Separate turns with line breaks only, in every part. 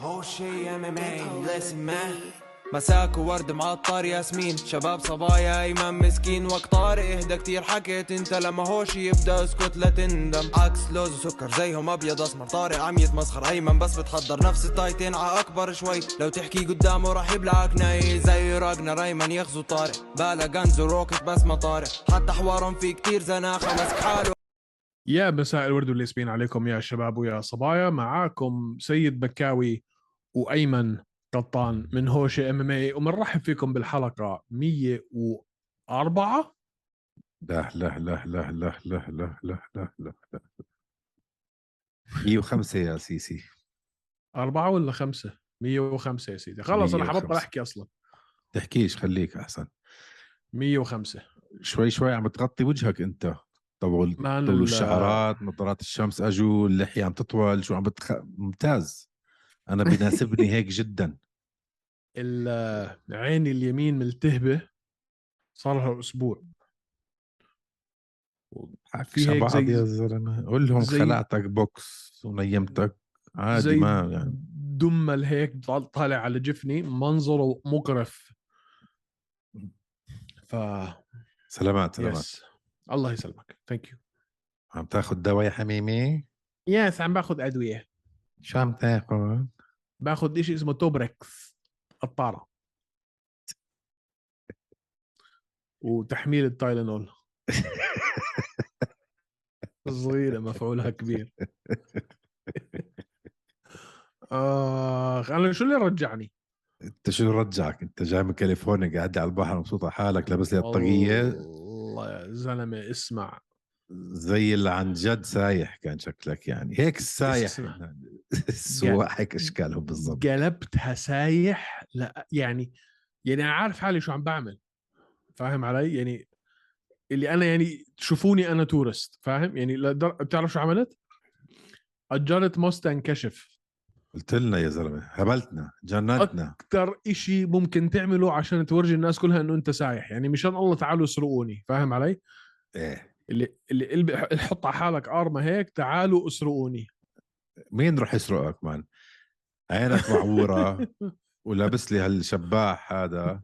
whole shit MMA. Listen, man.
إيه، مساك وورد معطر ياسمين شباب صبايا ايمن مسكين وقت طارق اهدى كتير حكيت انت لما هوش يبدا اسكت لا تندم عكس لوز وسكر زيهم ابيض اسمر طارق عم يتمسخر ايمن بس بتحضر نفس التايتين ع اكبر شوي لو تحكي قدامه راح يبلعك ناي زي راجنا ريمان يغزو طارق بالا غنز وروكت بس ما طارق حتى حوارهم في كتير زناخه مسك حاله
يا مساء الورد والياسمين عليكم يا شباب ويا صبايا معاكم سيد بكاوي وايمن قطان من هوش ام ام اي ومنرحب فيكم بالحلقه 104
لا لا لا لا لا لا لا لا لا لا لا 105 يا سيسي
أربعة ولا خمسة 105 يا سيدي خلص انا
105.
حبطل احكي اصلا
تحكيش خليك احسن
105
شوي شوي عم تغطي وجهك انت طول
مان
طول
ال-
الشعرات نظارات الشمس اجوا اللحيه عم تطول شو عم بتخ... ممتاز انا بيناسبني هيك جدا
ال- عيني اليمين ملتهبه صار لها اسبوع
في هيك
هيك
بعض
زي-
يا زلمه قول لهم
زي-
خلعتك بوكس ونيمتك عادي
زي
ما يعني
دمل هيك طال- طالع على جفني منظره مقرف ف
سلامات سلامات
يس الله يسلمك ثانك يو
عم تاخذ دواء يا حميمي
يس عم باخذ ادويه
شو عم تاخذ؟
باخذ شيء اسمه توبركس قطاره وتحميل التايلانول صغيرة مفعولها كبير آخ أنا شو اللي رجعني؟
انت شو رجعك انت جاي من كاليفورنيا قاعد على البحر مبسوط على حالك لابس لي الطاقيه
والله يا زلمة اسمع
زي اللي عن جد سايح كان شكلك يعني هيك السايح
اسمع.
السواح هيك اشكالهم بالضبط
قلبتها سايح لا يعني يعني أنا عارف حالي شو عم بعمل فاهم علي؟ يعني اللي أنا يعني تشوفوني أنا تورست فاهم؟ يعني لدر- بتعرف شو عملت؟ أجرت موستان كشف
قلت لنا يا زلمه هبلتنا جنتنا
اكثر إشي ممكن تعمله عشان تورجي الناس كلها انه انت سايح يعني مشان الله تعالوا اسرقوني فاهم علي
ايه
اللي اللي الب- حط على حالك ارمه هيك تعالوا اسرقوني
مين رح يسرقك مان عينك معوره ولابس لي هالشباح هذا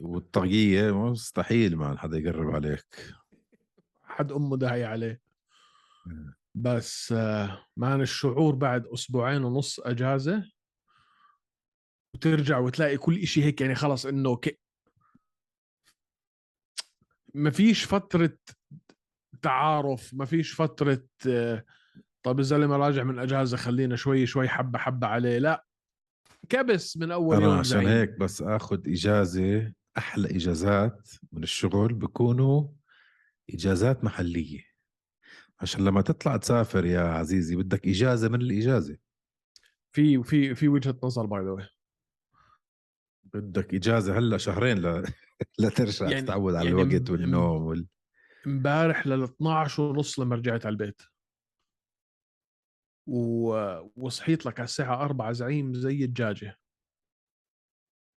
والطاقيه مستحيل مان حدا يقرب عليك
حد امه داعي عليه
مم.
بس آه، مان الشعور بعد اسبوعين ونص اجازه وترجع وتلاقي كل إشي هيك يعني خلص انه ك... ما فيش فتره تعارف ما فيش فتره آه، طب الزلمه راجع من اجازه خلينا شوي شوي حبه حبه عليه لا كبس من اول يوم
انا عشان
زعيم.
هيك بس اخذ اجازه احلى اجازات من الشغل بكونوا اجازات محليه عشان لما تطلع تسافر يا عزيزي بدك اجازه من الاجازه
في في في وجهه نظر باي ذا
بدك اجازه هلا شهرين ل... لترجع
يعني-
يعني تتعود على
يعني م-
الوقت
م-
والنوم وال...
امبارح لل 12 ونص لما رجعت على البيت و... وصحيت لك على الساعة 4 زعيم زي الدجاجة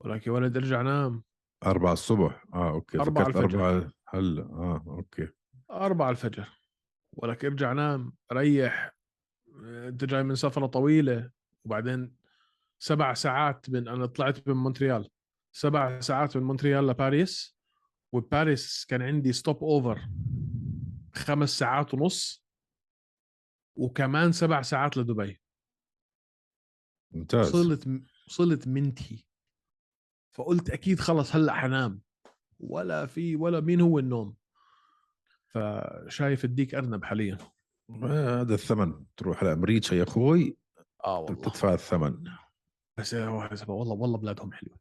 ولك يا ولد ارجع نام
أربعة الصبح اه اوكي
أربعة
فكرت
الفجر.
أربعة هلا اه اوكي
4 الفجر ولك ارجع نام ريح انت جاي من سفرة طويلة وبعدين سبع ساعات من انا طلعت من مونتريال سبع ساعات من مونتريال لباريس وباريس كان عندي ستوب اوفر خمس ساعات ونص وكمان سبع ساعات لدبي
ممتاز
وصلت وصلت منتهي فقلت اكيد خلص هلا حنام ولا في ولا مين هو النوم فشايف الديك ارنب حاليا
آه هذا الثمن تروح لامريكا يا اخوي
اه
بتدفع الثمن
بس يا واحد سبعة، والله والله بلادهم حلوه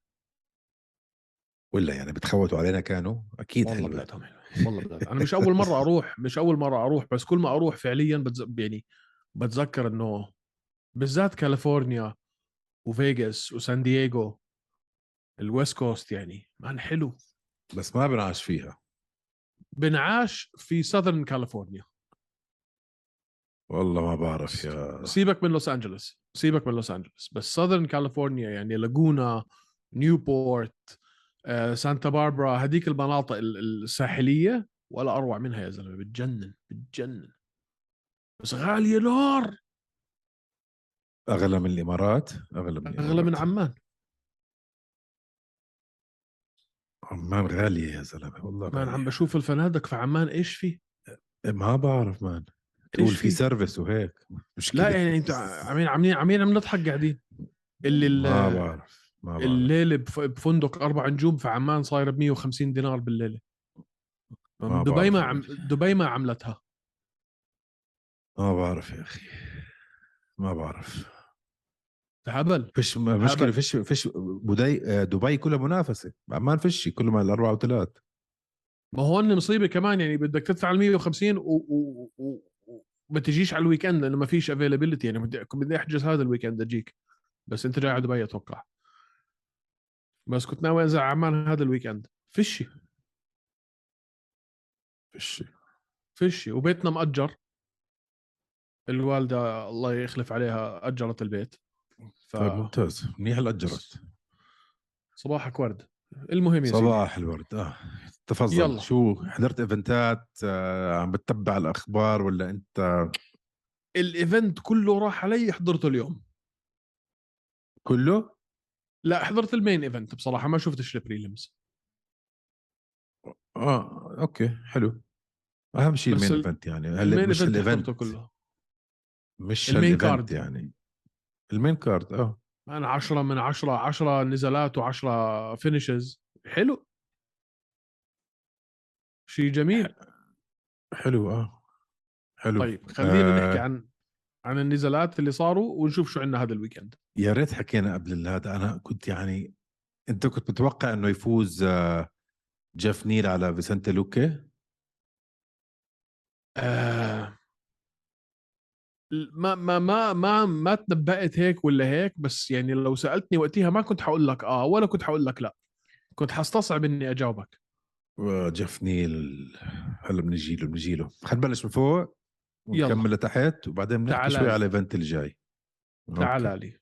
ولا يعني بتخوتوا علينا كانوا اكيد
والله
حلوة.
بلادهم حلوه والله بلاد انا مش اول مره اروح مش اول مره اروح بس كل ما اروح فعليا بتز... يعني بتذكر انه بالذات كاليفورنيا وفيغاس وسان دييغو الويست كوست يعني مان حلو
بس ما بنعاش فيها
بنعاش في ساذرن كاليفورنيا
والله ما بعرف يا
سيبك من لوس انجلوس سيبك من لوس انجلوس بس ساذرن كاليفورنيا يعني لاجونا نيوبورت آه، سانتا باربرا هذيك المناطق ال- ال- الساحليه ولا اروع منها يا زلمه بتجنن بتجنن بس غاليه نار
اغلى من الامارات اغلى من
اغلى من
الإمارات.
عمان
عمان غاليه يا زلمه والله
ما انا
غالية.
عم بشوف الفنادق في عمان ايش في؟
ما بعرف مان
إيش
تقول في سيرفيس وهيك مشكله
لا يعني انتوا عاملين عاملين عاملين عم نضحك قاعدين اللي ال-
ما بعرف ما بعرف
الليله بف- بفندق اربع نجوم في عمان صايره ب 150 دينار بالليله
ما
دبي ما
بعرف.
عم دبي ما عملتها
ما بعرف يا اخي ما بعرف
هبل
فيش م- مشكله فيش فيش بدي دبي كلها منافسه عمان فيش كل ما الاربعه وثلاث
ما هون مصيبه كمان يعني بدك تدفع ال 150 و, و... و... وما تجيش على الويكند لانه ما فيش افيلابيلتي يعني بدي بدي احجز هذا الويكند اجيك بس انت جاي على دبي اتوقع بس كنت ناوي انزل على عمان هذا الويكند فيش
فيش
آه. فيش وبيتنا مأجر الوالده الله يخلف عليها اجرت البيت ف...
طيب ممتاز منيح اللي اجرت
صباحك ورد المهم يا سيدي
صباح الورد اه تفضل
يلا.
يلا. شو حضرت ايفنتات آه، عم بتتبع الاخبار ولا انت
الايفنت كله راح علي حضرته اليوم
كله
لا حضرت المين ايفنت بصراحه ما شفتش البريلمز
اه اوكي حلو اهم شيء
بس
المين
ال-
ايفنت يعني هلا
المين
مش
ايفنت
الايفنت
حضرته كله
مش
المين
المين
كارد.
كارد يعني المين كارد اه
انا 10 من 10 10 نزالات و10 فينيشز حلو شيء جميل
حلو اه حلو
طيب خلينا
آه.
نحكي عن عن النزالات اللي صاروا ونشوف شو عندنا هذا الويكند
يا ريت حكينا قبل هذا انا كنت يعني انت كنت متوقع انه يفوز آه، جيف نيل على فيسنتي لوكي
آه ما ما ما ما ما تنبأت هيك ولا هيك بس يعني لو سألتني وقتها ما كنت حقول لك اه ولا كنت حقول لك لا كنت حستصعب اني اجاوبك
جيف نيل هلا بنجي له بنجي له خلينا نبلش من فوق
يلا.
ونكمل لتحت وبعدين بنحكي
تعال.
شوي على الايفنت اللي جاي
تعال
أوكي.
لي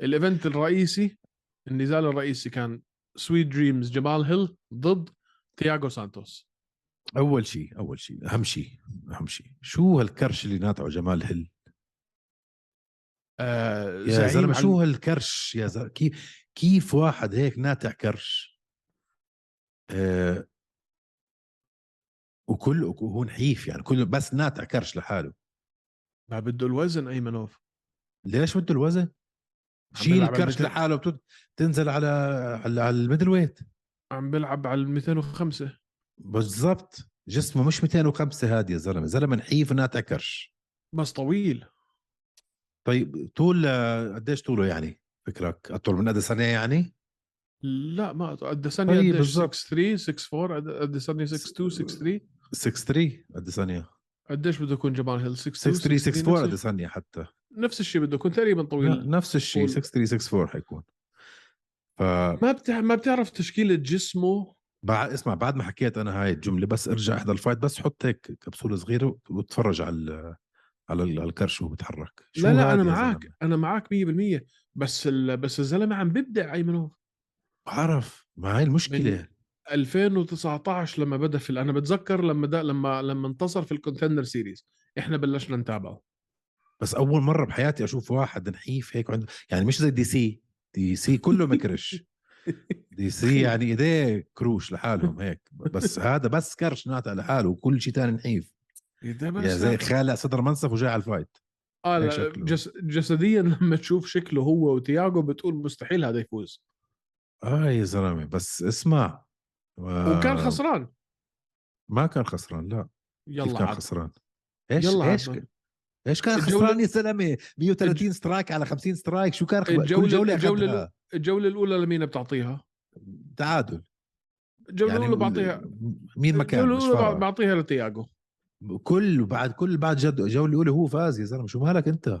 الايفنت الرئيسي النزال الرئيسي كان سويت دريمز جمال هيل ضد تياغو سانتوس
اول شيء اول شيء اهم شيء اهم شيء شو هالكرش اللي ناطعه جمال هل
آه
يا زلمه
عن-
شو هالكرش يا زلمه كيف كيف واحد هيك ناتع كرش آه وكل وهو نحيف يعني كله بس ناتع كرش لحاله
ما بده الوزن ايمنوف
ليش بده الوزن؟
عم
شيل
بيلعب على
الكرش
الميدل-
لحاله بتن- بتنزل على على, على الميدل ويت
عم بلعب على ال 205
بالضبط جسمه مش 205 هاد يا زلمه زلمه نحيف ناتع كرش
بس طويل
طيب طول آه، قديش طوله يعني فكرك اطول من اديسانيا يعني
لا ما اديسانيا
طيب،
طيب قديش
بالضبط.
63 64 اديسانيا 62 63
6'3 اديسانيا
قديش بده يكون جمال هيل 62
6'3 6'4
نفس,
اديسانيا حتى
نفس الشيء بده يكون تقريبا طويل
ن- نفس الشيء
طول.
6 3 6 4 حيكون ف
ما بتع... ما بتعرف تشكيله جسمه
بع... اسمع بعد ما حكيت انا هاي الجمله بس ارجع احضر الفايت بس حط هيك كبسوله صغيره وتفرج على ال... على ال- على الكرش وهو بيتحرك شو
لا لا
هاد
انا
يا
معك
زلمة؟
انا معك 100% بس ال... بس الزلمه عم بيبدع ايمنوف
بعرف ما هاي المشكله
2019 لما بدا في انا بتذكر لما دا... لما لما انتصر في الكونتندر سيريز احنا بلشنا نتابعه
بس اول مره بحياتي اشوف واحد نحيف هيك عنده يعني مش زي دي سي دي سي كله مكرش دي سي يعني ايديه كروش لحالهم هيك بس هذا بس كرش ناتع لحاله وكل شيء تاني نحيف يا زي خالع صدر منصف وجاي على الفايت
آه
هيك
لا،
شكله.
جس... جسديا لما تشوف شكله هو وتياجو بتقول مستحيل هذا يفوز
اه يا زلمه بس اسمع و-
وكان خسران
ما كان خسران لا كيف
يلا
كان
عاد.
خسران ايش
يلا
ايش
عاد.
ايش كان
الجولة-
خسران يا زلمه 130 سترايك على 50 سترايك شو كان خ...
الجولة-
كل جوله
الجولة
الجوله
الجوله الاولى لمين بتعطيها
تعادل يعني
الجوله الاولى بعطيها
مين ما كان
الجولة
مش
الأولى بع-
فارقة.
بعطيها لتياجو
كل بعد كل بعد جد الجوله الاولى هو فاز يا زلمه شو مالك انت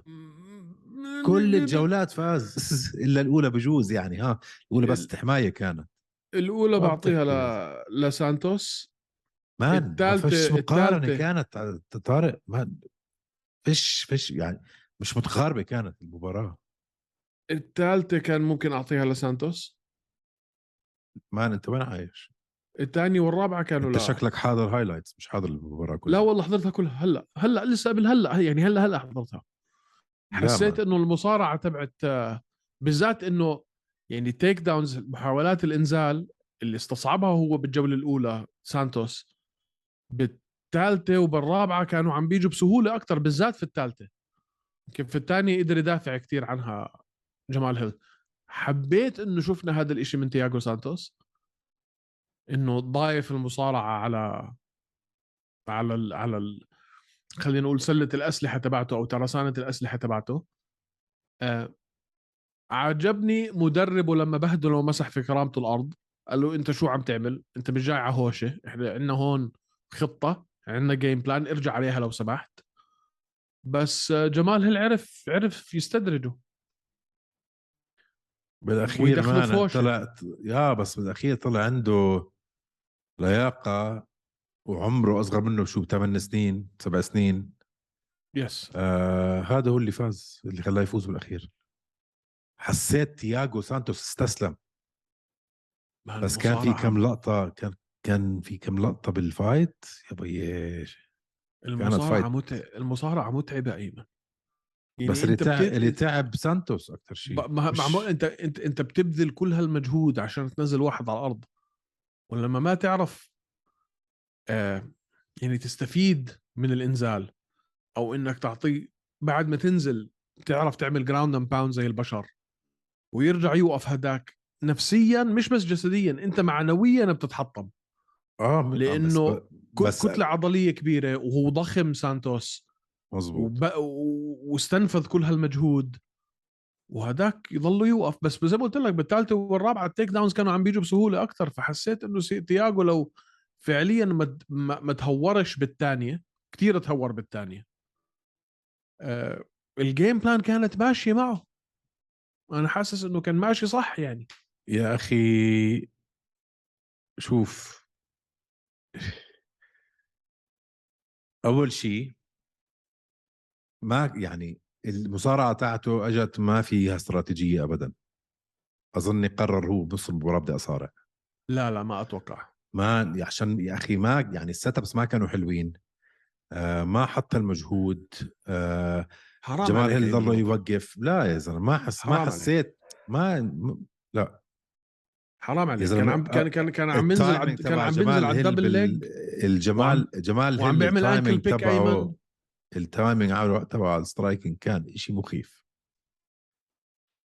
كل الجولات فاز الا الاولى بجوز يعني ها الاولى بس حمايه كانت
الاولى
ما
بعطيها
بتحكي.
ل... لسانتوس
مان ما
التالتة-
فيش مقارنه
التالتة.
كانت على- طارق ما فيش فيش يعني مش متقاربه كانت المباراه
الثالثه كان ممكن اعطيها لسانتوس
مان انت وين عايش؟
الثانيه والرابعه كانوا
انت
لا
شكلك حاضر هايلايتس مش حاضر المباراه كلها
لا والله حضرتها كلها هلا هلا لسه قبل هلا يعني هلا هلا حضرتها حسيت انه المصارعه تبعت آه، بالذات انه يعني تيك داونز محاولات الانزال اللي استصعبها هو بالجوله الاولى سانتوس بالثالثه وبالرابعه كانوا عم بيجوا بسهوله اكثر بالذات في الثالثه يمكن في الثانيه قدر يدافع كثير عنها جمال هيل حبيت انه شفنا هذا الاشي من تياغو سانتوس انه ضايف المصارعه على على ال على ال خلينا نقول سله الاسلحه تبعته او ترسانه الاسلحه تبعته آه عجبني مدربه لما بهدله ومسح في كرامته الارض قال له انت شو عم تعمل انت مش جاي على هوشه احنا عندنا هون خطه عندنا جيم بلان ارجع عليها لو سمحت بس آه، جمال هيل عرف عرف يستدرجه
بالاخير
ويدخلوا في
مان
وشه.
طلعت يا بس بالاخير طلع عنده لياقه وعمره اصغر منه شو بثمان سنين سبع سنين
يس
آه هذا هو اللي فاز اللي خلاه يفوز بالاخير حسيت تياغو سانتوس استسلم بس كان في
المصارعة-
كم لقطه كان كان في كم لقطه بالفايت يا بيي
المصارعه
فايت.
متع... المصارعه متعبه ايمن يعني
بس اللي
أنت
تعب
بت-
اللي تعب سانتوس اكثر شيء
ب- مع مع
مش-
مو- انت انت انت بتبذل كل هالمجهود عشان تنزل واحد على الارض ولما ما تعرف آه يعني تستفيد من الانزال او انك تعطيه بعد ما تنزل تعرف تعمل جراوند اند باوند زي البشر ويرجع يوقف هداك نفسيا مش بس جسديا انت معنويا بتتحطم
اه بس-
لأنه
ب-
ك-
بس-
كتله عضليه كبيره وهو ضخم سانتوس
مزبوط
وب... و- واستنفذ كل هالمجهود وهداك يضل يوقف بس زي ما قلت لك بالثالثه والرابعه التيك داونز كانوا عم بيجوا بسهوله اكثر فحسيت انه سي- تياجو لو فعليا ما ت- ما ما تهورش بالثانيه كثير تهور بالثانيه آه الجيم بلان كانت ماشيه معه انا حاسس انه كان ماشي صح يعني
يا اخي شوف اول شيء ما يعني المصارعه تاعته اجت ما فيها استراتيجيه ابدا اظني قرر هو بنص المباراه بدي اصارع
لا لا ما اتوقع
ما عشان يا اخي ما يعني السيت ابس ما كانوا حلوين آه ما حط المجهود آه
حرام
جمال
عليك
هيل
يا
ضله
إيمن.
يوقف لا يا زلمه ما حس
حرام
ما
عليك.
حسيت ما
حرام عليك
زلمة،
كان عم كان كان كان عم بينزل على-
التايمينج
كان
تبع
عم
جمال
بينزل على
هيل
الدبل
بال-
ليج
الجمال جمال
وعم
هيل
بيعمل انكل
التايمينج
بيك
تبعه-
ايمن
التايمينج على تبع السترايكنج كان إشي مخيف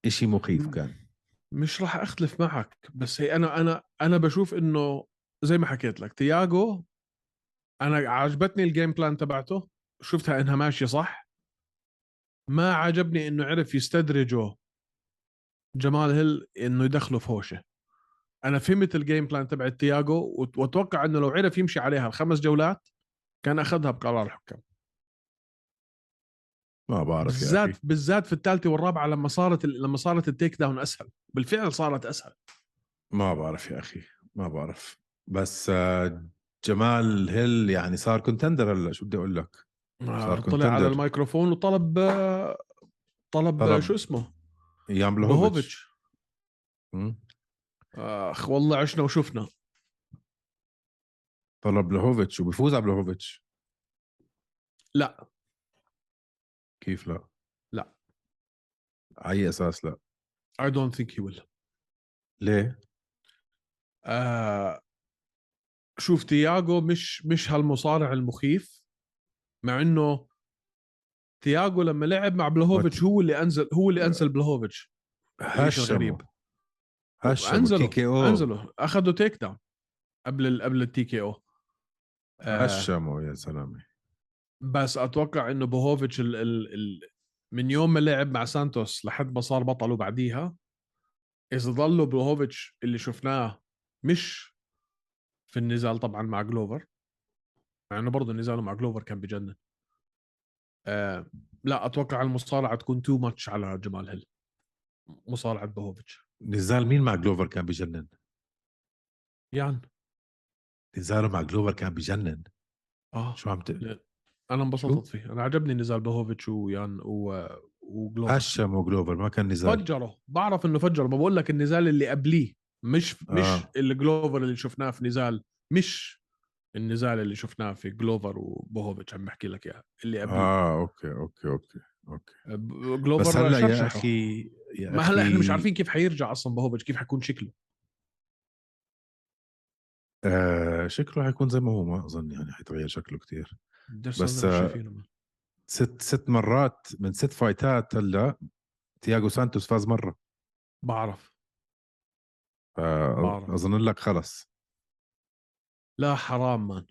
إشي مخيف
مم.
كان
مش راح اختلف معك بس هي انا انا انا بشوف انه زي ما حكيت لك تياجو انا عجبتني الجيم بلان تبعته شفتها انها ماشيه صح ما عجبني انه عرف يستدرجه جمال هيل انه يدخله في هوشه انا فهمت الجيم بلان تبعت تياجو وت- واتوقع انه لو عرف يمشي عليها الخمس جولات كان اخذها بقرار الحكام
ما بعرف يا
بالذات
أخي
بالذات في الثالثه والرابعه لما صارت ال- لما صارت التيك داون اسهل بالفعل صارت اسهل
ما بعرف يا أخي ما بعرف بس آه، جمال هيل يعني صار كونتندر هلا شو بدي أقول لك صار
طلع على
contender.
الميكروفون وطلب طلب,
طلب
طلب شو اسمه
أيام بلهوفيتش
بوهوفيتش
مم.
اخ والله عشنا وشفنا
طلب بلهوفيتش وبيفوز على بلهوفيتش
لا
كيف لا
لا.
على أي أساس لا
اي دونت ثينك هي ويل
ليه
آه، شوف تياجو مش مش هالمصارع المخيف مع انه تياجو لما لعب مع بلهوفيتش هو اللي انزل هو اللي انزل بلهوفيتش إيش الغريب؟
هشمه هشمه تي كي
انزله
او
انزله اخذوا تيك داون قبل ال- قبل التي كي او آه،
هشمه يا سلامة
بس اتوقع انه بوهوفيتش ال ال ال من يوم ما لعب مع سانتوس لحد ما صار بطله بعديها اذا ضلوا بوهوفيتش اللي شفناه مش في النزال طبعا مع جلوفر مع انه برضه نزاله مع جلوفر كان بجنن آه لا اتوقع المصارعه تكون تو ماتش على جمال هيل مصارعه بوهوفيتش
نزال مين مع جلوفر كان بجنن
يعني
نزاله مع جلوفر كان بجنن
اه
شو عم تقول
انا انبسطت فيه انا عجبني نزال بوهوفيتش ويان و... وجلوفر
هشم وجلوفر ما كان نزال
فجره بعرف انه فجره ما بقول لك النزال اللي قبليه مش مش
آه.
آه. الجلوفر اللي شفناه في نزال مش النزال اللي شفناه في جلوفر وبوهوفيتش عم بحكي لك اياها اللي قبليه آه.
اه اوكي اوكي اوكي اوكي
جلوبر
بس هلا يا
شرشحه.
اخي يا
ما هلا احنا مش
أخي،
عارفين كيف حيرجع اصلا بوفيتش كيف حيكون شكله
آه شكله حيكون زي ما هو ما اظن يعني حيتغير شكله كتير
الدرس
بس،
هذا مش
آه،
شايفينه ما.
ست ست مرات من ست فايتات هلا تياغو سانتوس فاز مره
بعرف بعرف.
فاظن لك خلص
لا حرام مان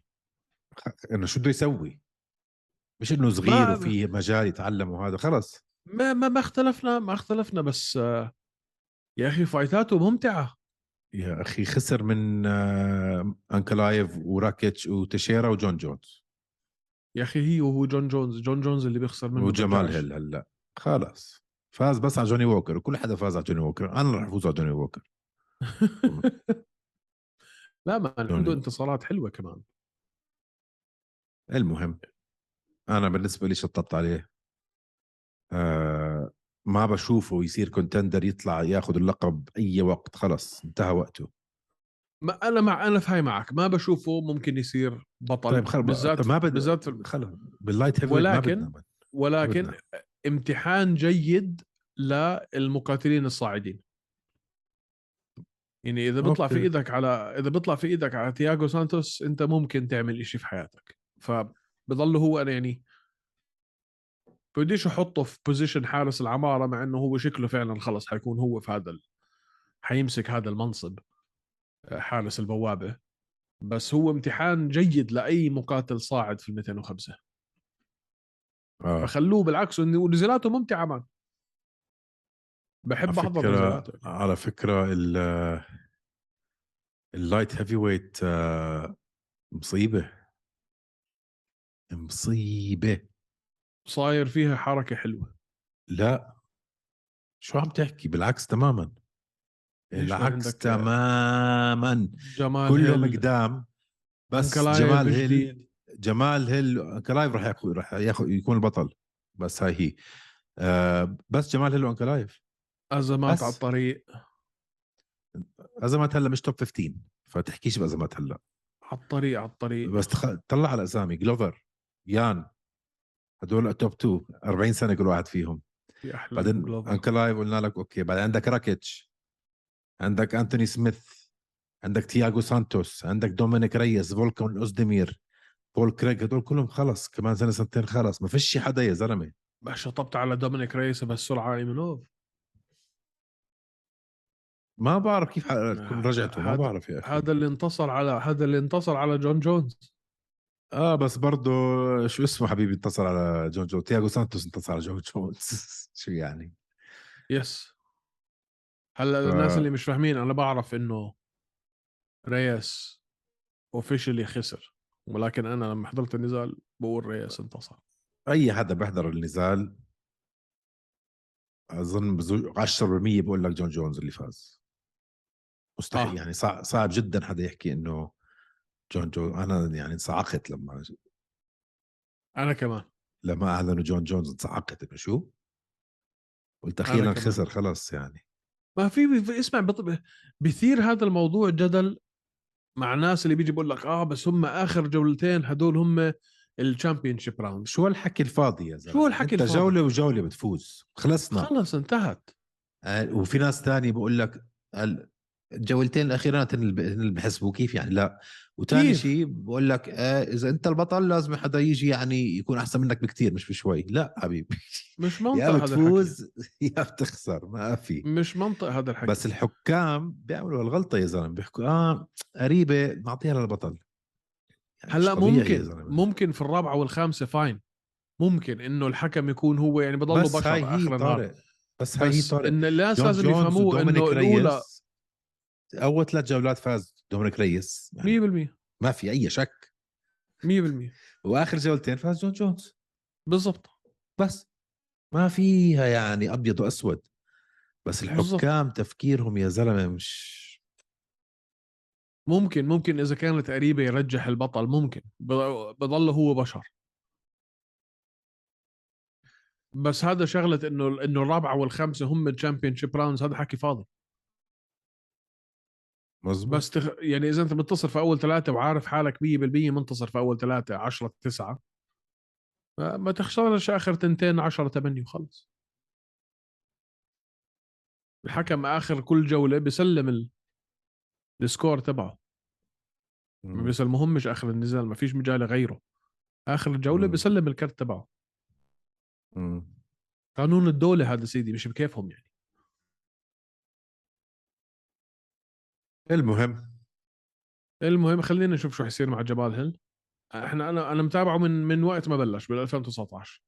انه شو بده يسوي مش انه صغير
ما-
وفي مجال يتعلم وهذا خلص
ما ما ما اختلفنا ما اختلفنا بس آه، يا اخي فايتاته ممتعه
يا اخي خسر من آه، انكلايف وراكيتش وتشيرا وجون جونز
يا اخي هي وهو جون جونز جون جونز اللي بيخسر منه
وجمال
بتعرف.
هيل هلا خلص فاز بس على جوني ووكر وكل حدا فاز على جوني ووكر انا رح افوز على جوني ووكر
لا ما عنده
جوني.
انتصارات حلوه كمان
المهم انا بالنسبه لي شطبت عليه آه ما بشوفه يصير كونتندر يطلع ياخذ اللقب اي وقت خلص انتهى وقته
ما انا مع انا في هاي معك ما بشوفه ممكن يصير بطل
طيب خلص
بالذات
ما بدنا
بالذات في-
خلص باللايت هيفي ما
ولكن-
بدنا
ولكن
بدنا.
امتحان جيد للمقاتلين الصاعدين يعني اذا بيطلع في
أوكي.
ايدك على اذا بيطلع في ايدك على تياغو سانتوس انت ممكن تعمل إشي في حياتك فبضل هو انا يعني بديش احطه في بوزيشن حارس العماره مع انه هو شكله فعلا خلص حيكون هو في هذا ال... حيمسك هذا المنصب آه، حارس البوابه بس هو امتحان جيد لاي مقاتل صاعد في ال 205
آه.
فخلوه بالعكس إن- ونزلاته ممتعه مان بحب
على
احضر
فكرة-
نزلاته
على فكره ال اللايت هيفي ويت آه، مصيبه مصيبه
صاير فيها حركه حلوه
لا شو عم تحكي بالعكس تماما
ليش ما
العكس
عندك-
تماما
جمال
كلهم
هيل،
قدام بس
أنكلايف
جمال هيل
جديد.
جمال هيل انكلايف رح ياخذ رح ياخذ يكون البطل بس هاي هي آه بس جمال هيل وانكلايف
ازمات
بس.
على الطريق
ازمات هلا مش توب 15 فتحكيش بازمات هلا
على الطريق على الطريق
بس تخ... طلع على اسامي جلوفر يان هدول توب 2 40 سنه كل واحد فيهم
يا أحلى
بعدين
جلوفر.
انكلايف قلنا لك اوكي بعدين عندك راكيتش عندك انتوني سميث عندك تياغو سانتوس عندك دومينيك ريس فولكان اوزدمير بول كريغ هدول كلهم خلص كمان سنه سنتين خلص ما فيش حدا يا زلمه
بس شطبت على دومينيك ريس بهالسرعه ايمنوف
ما بعرف كيف ح- تكون رجعته ما
هذا-
بعرف يا اخي
هذا اللي انتصر على هذا اللي انتصر على جون جونز
اه بس برضه شو اسمه حبيبي انتصر على جون جونز تياغو سانتوس انتصر على جون جونز شو يعني
يس هلا
ف-
الناس اللي مش فاهمين انا بعرف انه ريس اوفيشلي خسر ولكن انا لما حضرت النزال بقول ريس انتصر
اي حدا بيحضر النزال اظن بزو- 10% بقول لك جون جونز اللي فاز مستحيل
آه.
آه. يعني صع- صعب جدا حدا يحكي انه جون جونز انا يعني انصعقت لما
انا كمان
لما اعلنوا جون جونز انصعقت انه شو قلت اخيرا
كمان.
خسر خلص يعني
ما في في- اسمع بط... بيثير هذا الموضوع جدل مع ناس اللي بيجي بيقول لك اه بس هم اخر جولتين هدول هم الشامبيون شيب راوند
شو هالحكي الفاضي يا زلمه
شو هالحكي
انت
الفاضي؟
جوله وجوله بتفوز خلصنا
خلص انتهت
قال- وفي ناس تاني بقول لك قال الجولتين الاخيرات هن الب- هن اللي بحسبوا كيف يعني لا وتاني
كيف؟
شيء بقول لك آه اذا انت البطل لازم حدا يجي يعني يكون احسن منك بكتير مش بشوي لا حبيبي
مش منطق
يا
هذا الحكي
بتفوز يا بتخسر ما في
مش منطق هذا الحكي
بس الحكام بيعملوا هالغلطه يا زلمه بيحكوا اه قريبه نعطيها للبطل يعني مش
هلا
طبيعي يا
ممكن
زلمة.
ممكن في الرابعه والخامسه فاين ممكن انه الحكم يكون هو يعني بضله
بس
بشر
هاي هي
اخر النهار
طارق بس هاي هي
بس
طارق
ان الناس
جون
لازم
جونز
يفهموه انه
ودومينيك
الاولى
ريس. اول ثلاث جولات فاز دومينيك ريس
100%
يعني ما في اي شك
100%
واخر جولتين فاز جون جونز
بالضبط
بس ما فيها يعني ابيض واسود بس
بالظبط.
الحكام تفكيرهم يا زلمه مش
ممكن ممكن اذا كانت قريبه يرجح البطل ممكن بض- بضل هو بشر بس هذا شغله انه انه الرابعه والخامسه هم الشامبيون شيب راوندز هذا حكي فاضي
مزبوط
بس تخ... يعني اذا انت منتصر في اول ثلاثه وعارف حالك 100% منتصر في اول ثلاثه 10 9 ما ما تخسرش اخر تنتين 10 8 وخلص الحكم اخر كل جوله بيسلم ال... السكور تبعه ما بيسلمهمش اخر النزال ما فيش مجال يغيره اخر الجوله
مم.
بيسلم الكرت تبعه
مم.
قانون الدوله هذا سيدي مش بكيفهم يعني
المهم
المهم خلينا نشوف شو حيصير مع جبال هيل احنا انا انا متابعه من من وقت ما بلش بال 2019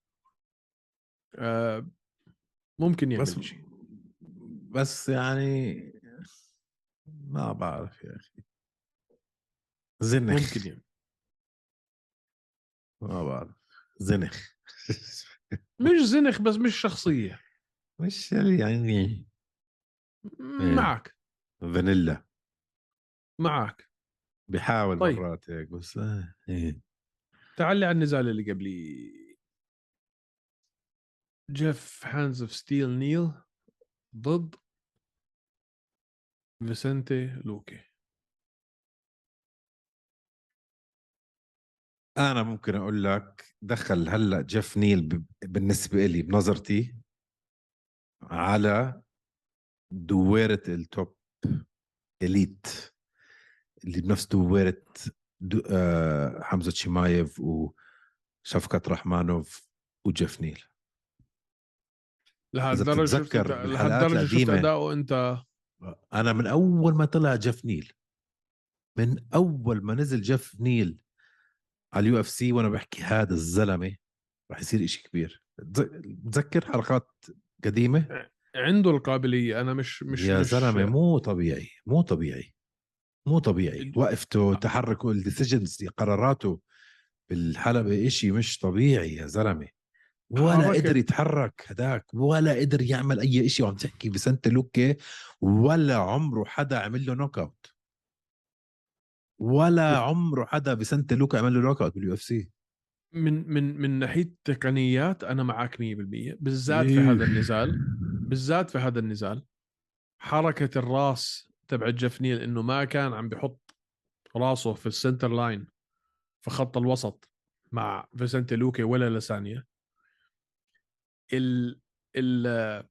آه ممكن يعمل
بس
بس... شيء
بس يعني ما بعرف يا اخي زنخ
ممكن يعمل
ما بعرف زنخ
مش زنخ بس مش شخصيه
مش يعني إيه.
معك
فانيلا
معك
بيحاول
طيب.
طيب. مرات هيك بس آه، ايه
تعال على النزال اللي قبليه جيف هانز اوف ستيل نيل ضد فيسنتي لوكي
انا ممكن اقول لك دخل هلا جيف نيل ب- بالنسبه لي بنظرتي على دويره التوب اليت اللي بنفس دويره دو آه حمزه شمايف وشفقت رحمانوف وجيف نيل إذا
لهالدرجه شفت
بتتذكر
أداء-
بالحلقات
لهالدرجه شفت
القديمة.
اداؤه انت
انا من اول ما طلع جيف نيل من اول ما نزل جيف نيل على اليو اف سي وانا بحكي هذا الزلمه رح يصير إشي كبير بتز- بتذكر حلقات قديمه
عنده القابليه انا مش مش
يا
مش
زلمه مو طبيعي مو طبيعي مو طبيعي
ال-
وقفته تحركه الديسيجنز قراراته بالحلبه إشي مش طبيعي يا زلمه ولا
حركة.
قدر يتحرك هداك ولا قدر يعمل اي إشي وعم تحكي بسنت لوكي ولا عمره حدا عمل له نوك اوت ولا عمره حدا بسنت لوكا عمل له نوك اوت باليو اف سي
من من من ناحيه تقنيات انا معك 100% بالذات في
إيه.
هذا النزال بالذات في هذا النزال حركه الراس تبع جيف نيل انه ما كان عم بحط راسه في السنتر لاين في خط الوسط مع فيسنتي لوكي ولا لثانيه ال ال-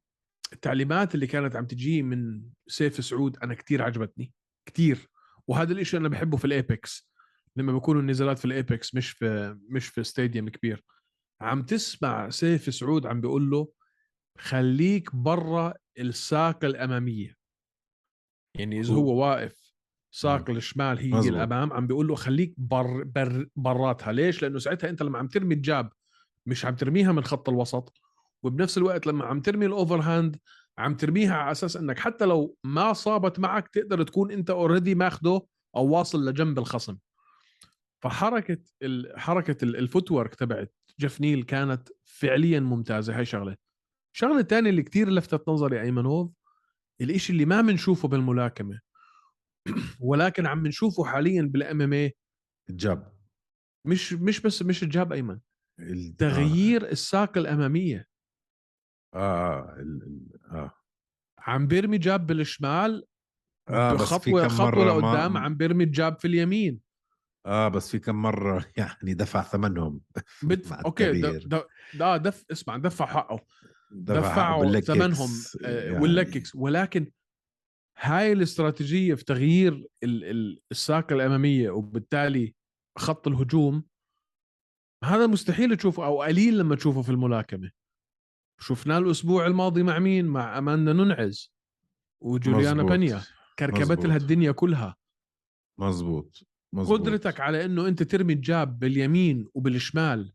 التعليمات اللي كانت عم تجي من سيف سعود انا كتير عجبتني كتير وهذا الاشي انا بحبه في الايبكس لما بيكونوا النزالات في الايبكس مش في مش في استاديوم كبير عم تسمع سيف سعود عم بيقول له خليك برا الساق الاماميه يعني اذا هو واقف ساق الشمال هي
مزبوط.
الامام عم بيقول له خليك بر بر براتها ليش لانه ساعتها انت لما عم ترمي الجاب مش عم ترميها من خط الوسط وبنفس الوقت لما عم ترمي الاوفر هاند عم ترميها على اساس انك حتى لو ما صابت معك تقدر تكون انت اوريدي ماخده او واصل لجنب الخصم فحركه ال- حركه ال- الفوتورك تبعت جيف نيل كانت فعليا ممتازه هاي شغله الشغله الثانيه اللي كتير لفتت نظري ايمنوف الإشي اللي ما بنشوفه بالملاكمه ولكن عم نشوفه حاليا بالام ام
جاب
مش مش بس مش الجاب
آه.
ايمن
ال-
تغيير الساق الاماميه
اه اه, ال- ال- آه.
عم بيرمي جاب بالشمال
آه بس في
خطوه
كم
خطوه
مرة ما-
لقدام عم بيرمي الجاب في اليمين
اه بس في كم مره يعني دفع ثمنهم
بدفع
مع
اوكي ده
التغيير.
ده ده آه، دف اسمع دفع حقه
بالleg
دفعوا
kicks،
ثمنهم
يعني
آه، واللككس ولكن هاي الاستراتيجيه في تغيير ال- ال- الساقه الاماميه وبالتالي خط الهجوم هذا مستحيل تشوفه او قليل لما تشوفه في الملاكمه شفناه الاسبوع الماضي مع مين مع اماندا ننعز وجوليانا
مزبوط،
بانيا كركبت
مزبوط.
لها الدنيا كلها
مزبوط مزبوط
قدرتك على انه انت ترمي الجاب باليمين وبالشمال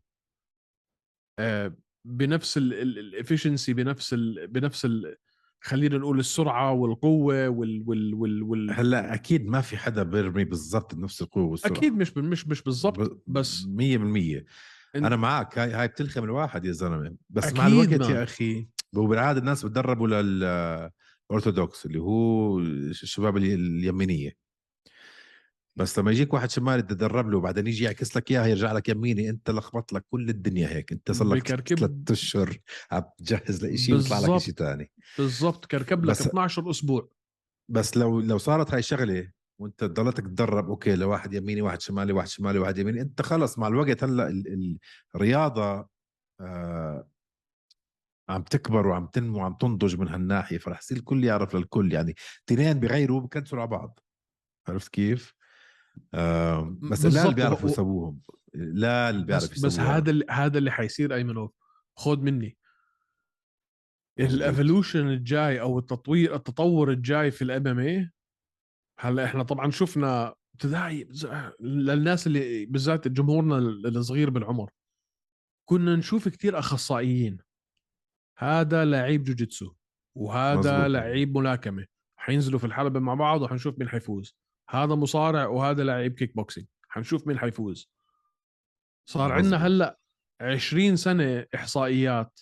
آه، بنفس الافشنسي بنفس ال بنفس ال خلينا نقول السرعه والقوه وال وال وال, وال
هلا اكيد ما في حدا بيرمي بالضبط بنفس القوه والسرعه
اكيد مش مش مش بالضبط بس
100% انا معك هاي هاي بتلخم الواحد يا زلمه بس مع
أكيد
الوقت
ما.
يا اخي وبالعاده الناس بتدربوا للارثوذكس اللي هو الشباب ال- اليمينيه بس لما يجيك واحد شمالي تدرب له وبعدين يجي يعكس لك اياها يرجع لك يميني انت لخبط لك كل الدنيا هيك انت صار لك
بكركب-
ثلاث اشهر عم تجهز لشيء ويطلع لك
بالظبط.
شيء ثاني
بالضبط كركب لك
بس-
12 اسبوع
بس لو لو صارت هاي الشغله وانت ضلتك تدرب اوكي لواحد يميني واحد شمالي واحد شمالي واحد يميني انت خلص مع الوقت هلا ال- الرياضه آه عم تكبر وعم تنمو وعم تنضج من هالناحيه فرح يصير الكل يعرف للكل يعني تنين بغيروا بكنسلوا على بعض عرفت كيف؟ آه بس لا اللي
بالضبط.
بيعرفوا
و-
يسووهم لا اللي بيعرف
بس,
يسووهم
بس هذا اللي هذا اللي حيصير ايمنوف خود مني
مظبوط.
الايفولوشن الجاي او التطوير التطور الجاي في الام ام اي هلا احنا طبعا شفنا ابتدائي بز- للناس اللي بالذات جمهورنا ال- الصغير بالعمر كنا نشوف كثير اخصائيين هذا لعيب جوجيتسو
مظبوط.
وهذا لعيب ملاكمه حينزلوا في الحلبه مع بعض وحنشوف مين حيفوز هذا مصارع وهذا لعيب كيك بوكسينج حنشوف مين حيفوز صار عندنا
مظبوط.
هلا 20 سنه احصائيات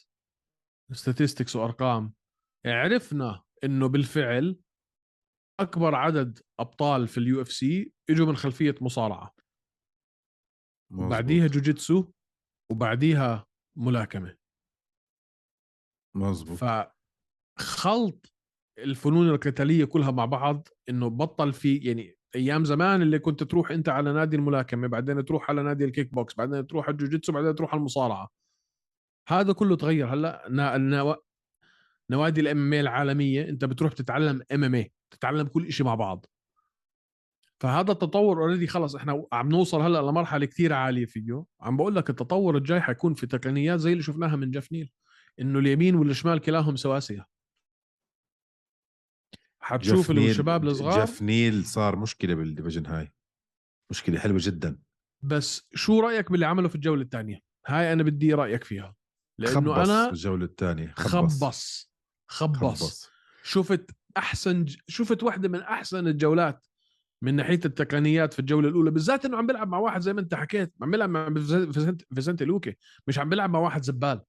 statistics وارقام عرفنا انه بالفعل اكبر عدد ابطال في اليو اف سي اجوا من خلفيه مصارعه
مظبوط.
بعديها جوجيتسو وبعديها ملاكمه
مظبوط
فخلط الفنون القتاليه كلها مع بعض انه بطل في يعني ايام زمان اللي كنت تروح انت على نادي الملاكمه بعدين تروح على نادي الكيك بوكس بعدين تروح على الجوجيتسو بعدين تروح على المصارعه هذا كله تغير هلا نا- النوا- نوادي الام ام العالميه انت بتروح بتتعلم إيه. ام ام تتعلم كل شيء مع بعض فهذا التطور اوريدي خلص احنا عم نوصل هلا لمرحله كثير عاليه فيه عم بقول لك التطور الجاي حيكون في تقنيات زي اللي شفناها من جاف نيل انه اليمين والشمال كلاهم سواسيه حتشوف
جيف نيل-
الشباب الصغار
جيف نيل صار مشكله بالديفيجن هاي مشكله حلوه جدا
بس شو رايك باللي عمله في الجوله الثانيه هاي انا بدي رايك فيها لانه
خبص
انا
الجوله الثانيه
خبص
خبص
خبص, خبص. شفت احسن ج- شفت واحده من احسن الجولات من ناحيه التقنيات في الجوله الاولى بالذات انه عم بيلعب مع واحد زي ما انت حكيت عم بيلعب مع فيسنت- فيسنت- فيسنتي لوكي مش عم بيلعب مع واحد زبال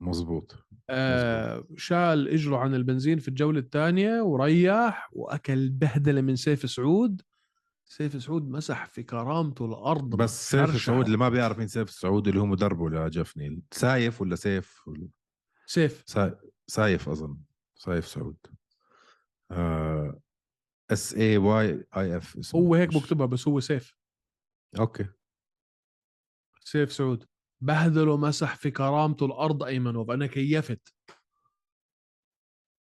مظبوط
آه شال اجره عن البنزين في الجوله الثانيه وريح واكل بهدله من سيف سعود سيف سعود مسح في كرامته الارض
بس سيف
شرشحه.
السعود اللي ما بيعرف مين سيف السعود اللي هو مدربه لجيف نيل سايف ولا سيف ولا
سيف
سا... سايف اظن سايف سعود آه، اس اي واي اي اف
هو هيك بكتبها بس هو سيف
اوكي
سيف سعود بهدله مسح في كرامته الارض ايمنوف انا كيفت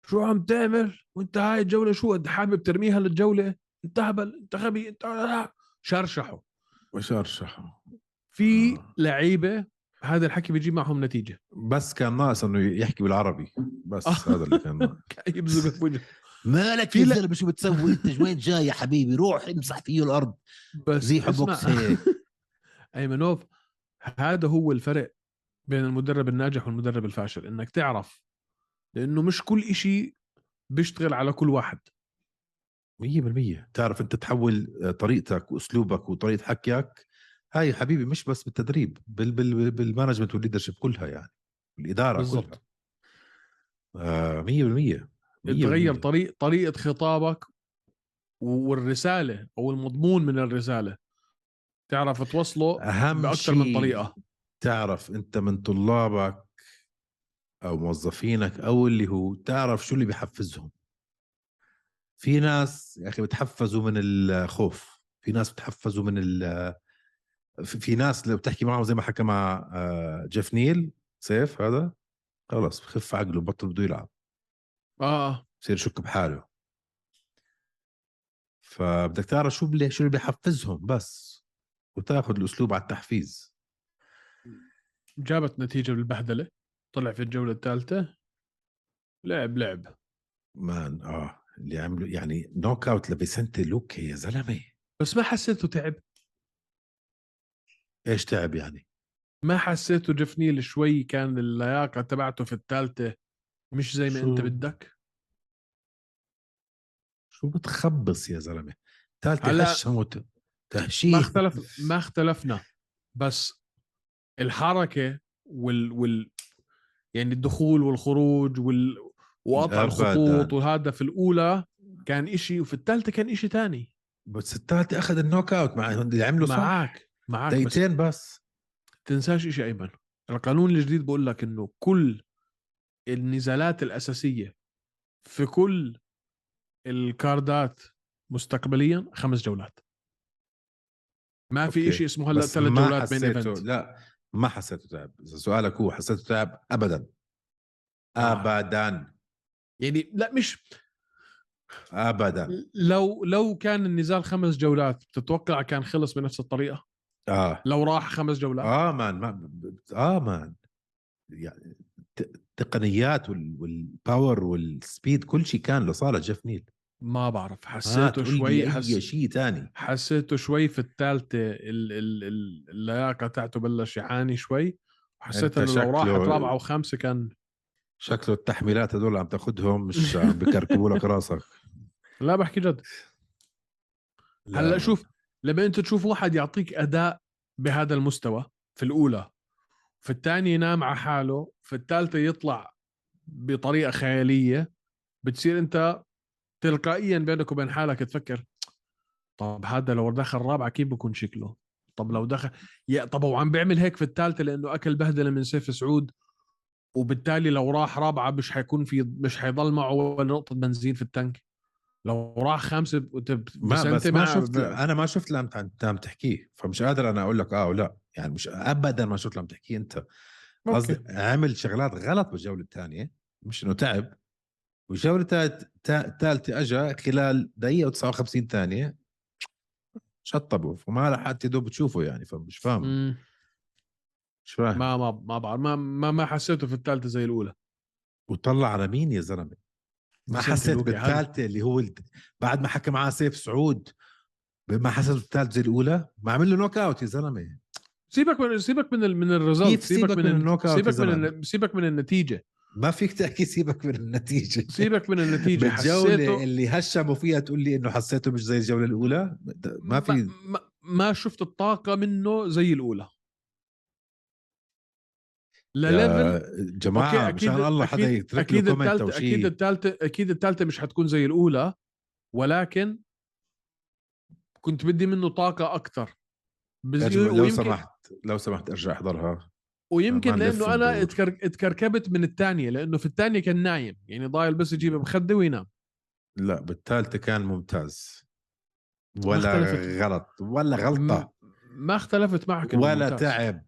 شو عم تعمل وانت هاي الجوله شو انت حابب ترميها للجوله انت هبل انت غبي انت شرشحه
وشرشحه
في
آه.
لعيبه هذا الحكي بيجيب معهم نتيجه
بس كان ناقص انه يحكي بالعربي بس
آه.
هذا اللي كان ناقص.
يبزقك في وجهك
مالك
في
يا
لا-
الزلمه شو بتسوي انت وين جاي يا حبيبي روح امسح فيه الارض
بس
زي
اسمع،
حبوكس هيك
ايمنوف هذا هو الفرق بين المدرب الناجح والمدرب الفاشل انك تعرف لانه مش كل إشي بيشتغل على كل واحد
100% تعرف انت تحول آه، طريقتك واسلوبك وطريقه حكيك هاي حبيبي مش بس بالتدريب بال بال بالمانجمنت والليدرشيب كلها يعني الاداره
بالضبط.
كلها آه 100% 100%
تغير طريق طريقه خطابك والرساله او المضمون من الرساله تعرف توصله
اهم
باكثر من
شيء
طريقه
تعرف انت من طلابك او موظفينك او اللي هو تعرف شو اللي بيحفزهم في ناس يا اخي بتحفزوا من الخوف في ناس بتحفزوا من ال في في ناس اللي بتحكي معهم زي ما حكى مع آه، جيف نيل سيف هذا خلص بخف عقله بطل بده يلعب
اه
بصير يشك بحاله فبدك تعرف شو اللي شو اللي بيحفزهم بس وتاخذ الاسلوب على التحفيز
جابت نتيجه بالبهدله طلع في الجوله الثالثه لعب لعب
مان اه اللي عملوا يعني نوك اوت لفيسنتي لوكي يا زلمه
بس ما حسيته تعب
ايش تعب يعني؟
ما حسيته جيف نيل شوي كان اللياقه تبعته في الثالثه مش زي ما
شو؟
انت بدك
شو بتخبص يا زلمه؟ ثالثة
هلا-
هشم وت...
ما
تهشيش
اختلف ما اختلفنا بس الحركه وال وال يعني الدخول والخروج وال وقطع
أبداً.
الخطوط وهذا في الاولى كان إشي وفي الثالثه كان إشي تاني
بس الثالثة اخذ النوك اوت مع اللي عمله صح
معك معك بس
دقيقتين بس
تنساش إشي أيمن القانون الجديد بقول لك إنه كل النزالات الأساسية في كل الكاردات مستقبليا خمس جولات ما في
أوكي.
شيء اسمه هلا
بس
ثلاث
ما
جولات بين
حسيته-
ايفنت
لا ما حسيته تعب إذا سؤالك هو حسيته تعب ابدا ابدا
يعني لا مش
ابدا
لو لو كان النزال خمس جولات بتتوقع كان خلص بنفس الطريقه
اه
لو راح خمس جولات
اه مان ما ب- ب- اه مان يعني ت- تقنيات وال- والباور والسبيد كل شيء كان له صالح جيف نيل
ما بعرف
آه
حسيته
تقول
شوي
لي
حس...
اي شيء ثاني
حسيته شوي في الثالثه ال... ال... ال- اللياقه تاعته بلش يعاني شوي حسيت
أنت
انه لو
شكله-
راحت رابعه وخامسه كان
شكله التحميلات هذول عم تاخذهم مش عم بكركبوا لك راسك
لا بحكي جد
لا،
هلا شوف لما انت تشوف واحد يعطيك اداء بهذا المستوى في الاولى في الثانيه ينام على حاله في الثالثه يطلع بطريقه خياليه بتصير انت تلقائيا بينك وبين حالك تفكر طب هذا لو دخل رابعه كيف بكون شكله طب لو دخل يا طب هو عم بيعمل هيك في الثالثه لانه اكل بهدله من سيف سعود وبالتالي لو راح رابعه مش حيكون في مش حيضل معه ولا نقطه بنزين في التانك لو راح خامسه بت- بت-
ما بس
بسنتي
ما
مع-
شفت
ب-
انا ما شفت اللي عم تع- عم تحكيه فمش قادر انا اقول لك اه ولا يعني مش ابدا ما شفت اللي عم تحكيه انت قصدي عمل شغلات غلط بالجوله الثانيه مش انه تعب والجوله الثالثه اجى خلال دقيقه و59 ثانيه شطبه فما راح حتى دوب تشوفه يعني فمش فاهم
مم.
مش فاهم
ما ما ما بعرف ما ما, ما حسيته في الثالثه زي الاولى
وطلع على مين يا زلمه ما
بس أنت
حسيت
لوكي، هذا-
بالثالثه اللي هو الد- بعد ما حكى معاه سيف سعود ما حسيت بالثالثه زي الاولى ما عمل له نوك اوت يا زلمه
سيبك من سيبك من ال- من الريزلت
كيف
سيبك من النوك
أوت يا
سيبك من
زلمة؟
الن- سيبك من النتيجه
ما فيك تحكي سيبك من النتيجه
سيبك من النتيجه
بالجوله
حسيته
اللي هشموا فيها تقول لي انه حسيته مش زي الجوله الاولى ما في
ما, ما شفت الطاقه منه زي الاولى لليفل
يا جماعه مشان الله حدا يترك
اكيد
له كومنت او
الثالثه اكيد
شيء
الثالثه اكيد الثالثه مش حتكون زي الاولى ولكن كنت بدي منه طاقه اكثر بز-
يا جماعة، لو
ويمكن-
سمحت لو سمحت ارجع احضرها
ويمكن
ما عندي
لانه انا
الصندوق.
اتكر... اتكركبت من الثانيه لانه في الثانيه كان نايم يعني ضايل بس يجيب مخده وينام
لا بالثالثه كان ممتاز
ما
ولا
اختلفت.
غلط ولا غلطه
م- ما اختلفت معك إنه
ولا
ممتاز.
تعب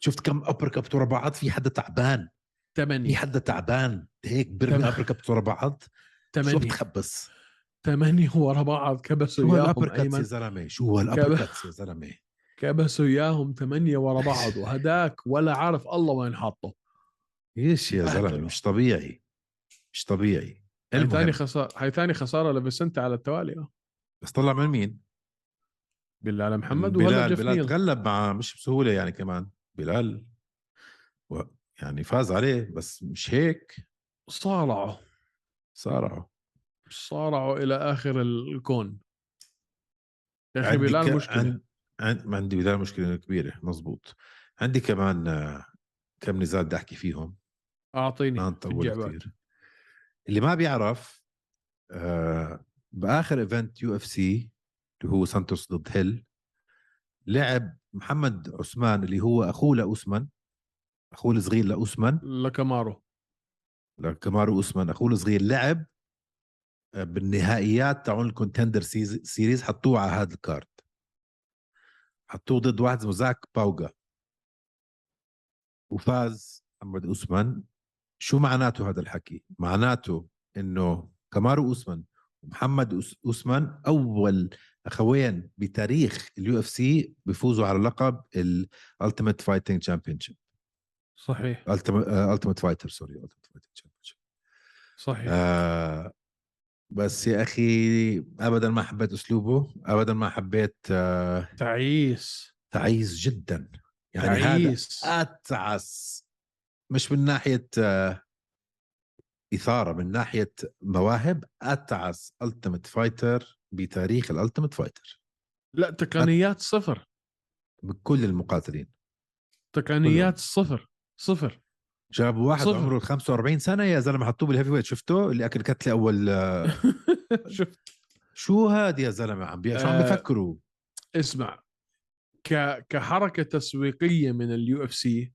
شفت كم ابر كابت ورا بعض في حدا تعبان في
ثمانية
حدا تعبان هيك بيرمي
تمام.
ابر كابت ورا بعض شو
ثمانية
بتخبص
ثمانية ورا بعض
شو
كبسوا
هالابر
اياهم
كاتس يا
ايمن
زلمه شو هالابر كاتس يا زلمه
كبسوا اياهم ثمانية ورا بعض وهداك ولا عارف الله وين حاطه
ايش يا زلمه
أهدله.
مش طبيعي مش طبيعي
هاي ثاني
المهم
خسارة هاي ثاني خسارة لفيسنتا على التوالي آه.
بس طلع من مين؟
بالله على محمد وهلا
بلال
جيف
بلال
نيل
تغلب معاه مش بسهوله يعني كمان بلال و... يعني فاز عليه بس مش هيك
صارعوا
صارعه
صارعوا الى اخر الكون يا اخي
عندي
بلال
ك-
مشكلة
عن- عن- عندي بلال مشكله كبيره مزبوط عندي كمان آه، كم نزال بدي احكي فيهم
اعطيني
ما
رجع
نطول
بعد.
كثير اللي ما بيعرف آه باخر ايفنت يو اف سي اللي هو سانتوس ضد هيل لعب محمد عثمان اللي هو اخوه لاوسمان اخوه الصغير لاوسمان
لكمارو
كمارو اوسمان اخوه الصغير لعب آه، بالنهائيات تاعون الكونتندر سيز- سيريز حطوه على هذا الكارد حطوه ضد واحد اسمه زاك باوغا وفاز محمد اوسمان شو معناته هذا الحكي؟ معناته انه كمارو اوسمان ومحمد أوس- اوسمان اول اخوين بتاريخ اليو اف سي بيفوزوا على لقب الالتيميت فايتنج تشامبيونشيب
صحيح
التيميت فايتر سوري التيميت فايتنج تشامبيونشيب
صحيح
آه بس يا اخي ابدا ما حبيت اسلوبه ابدا ما حبيت آه
تعيس
تعيس جدا يعني هذا
تعيس
اتعس مش من ناحيه آه اثاره من ناحيه مواهب اتعس التيمت فايتر بتاريخ الالتيمت فايتر
لا تقنيات صفر
بكل المقاتلين
تقنيات صفر صفر
جابوا واحد
صفر.
عمره 45 سنه يا زلمه حطوه بالهيفي ويت شفته اللي اكل كتله اول آه،
شوف
شو هاد يا زلمه عم بي... شو عم
آه،
بفكروا
اسمع ك كحركه تسويقيه من اليو اف سي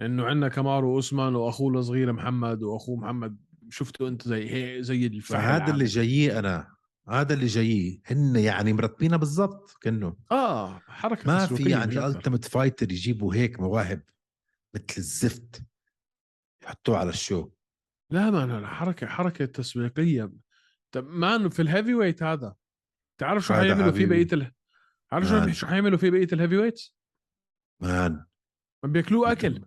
انه عندنا كمارو اوسمان واخوه الصغير محمد واخوه محمد شفته انت زي هي زي الفحل
فهذا اللي جايه انا هذا اللي جايه هن يعني مرتبينها بالضبط كانه
اه حركه
ما في
تسويقية
يعني
مش أكتر.
التيمت فايتر يجيبوا هيك مواهب مثل الزفت يحطوه على الشو
لا ما لا لا حركه حركه تسويقيه طب مان في الهيفي ويت هذا تعرف شو
هذا
حيعملوا فيه
حبيبي.
بقيه ال... عارف شو
مان.
شو حيعملوا فيه بقيه الهيفي ويتس؟
مان
ما بياكلوه اكل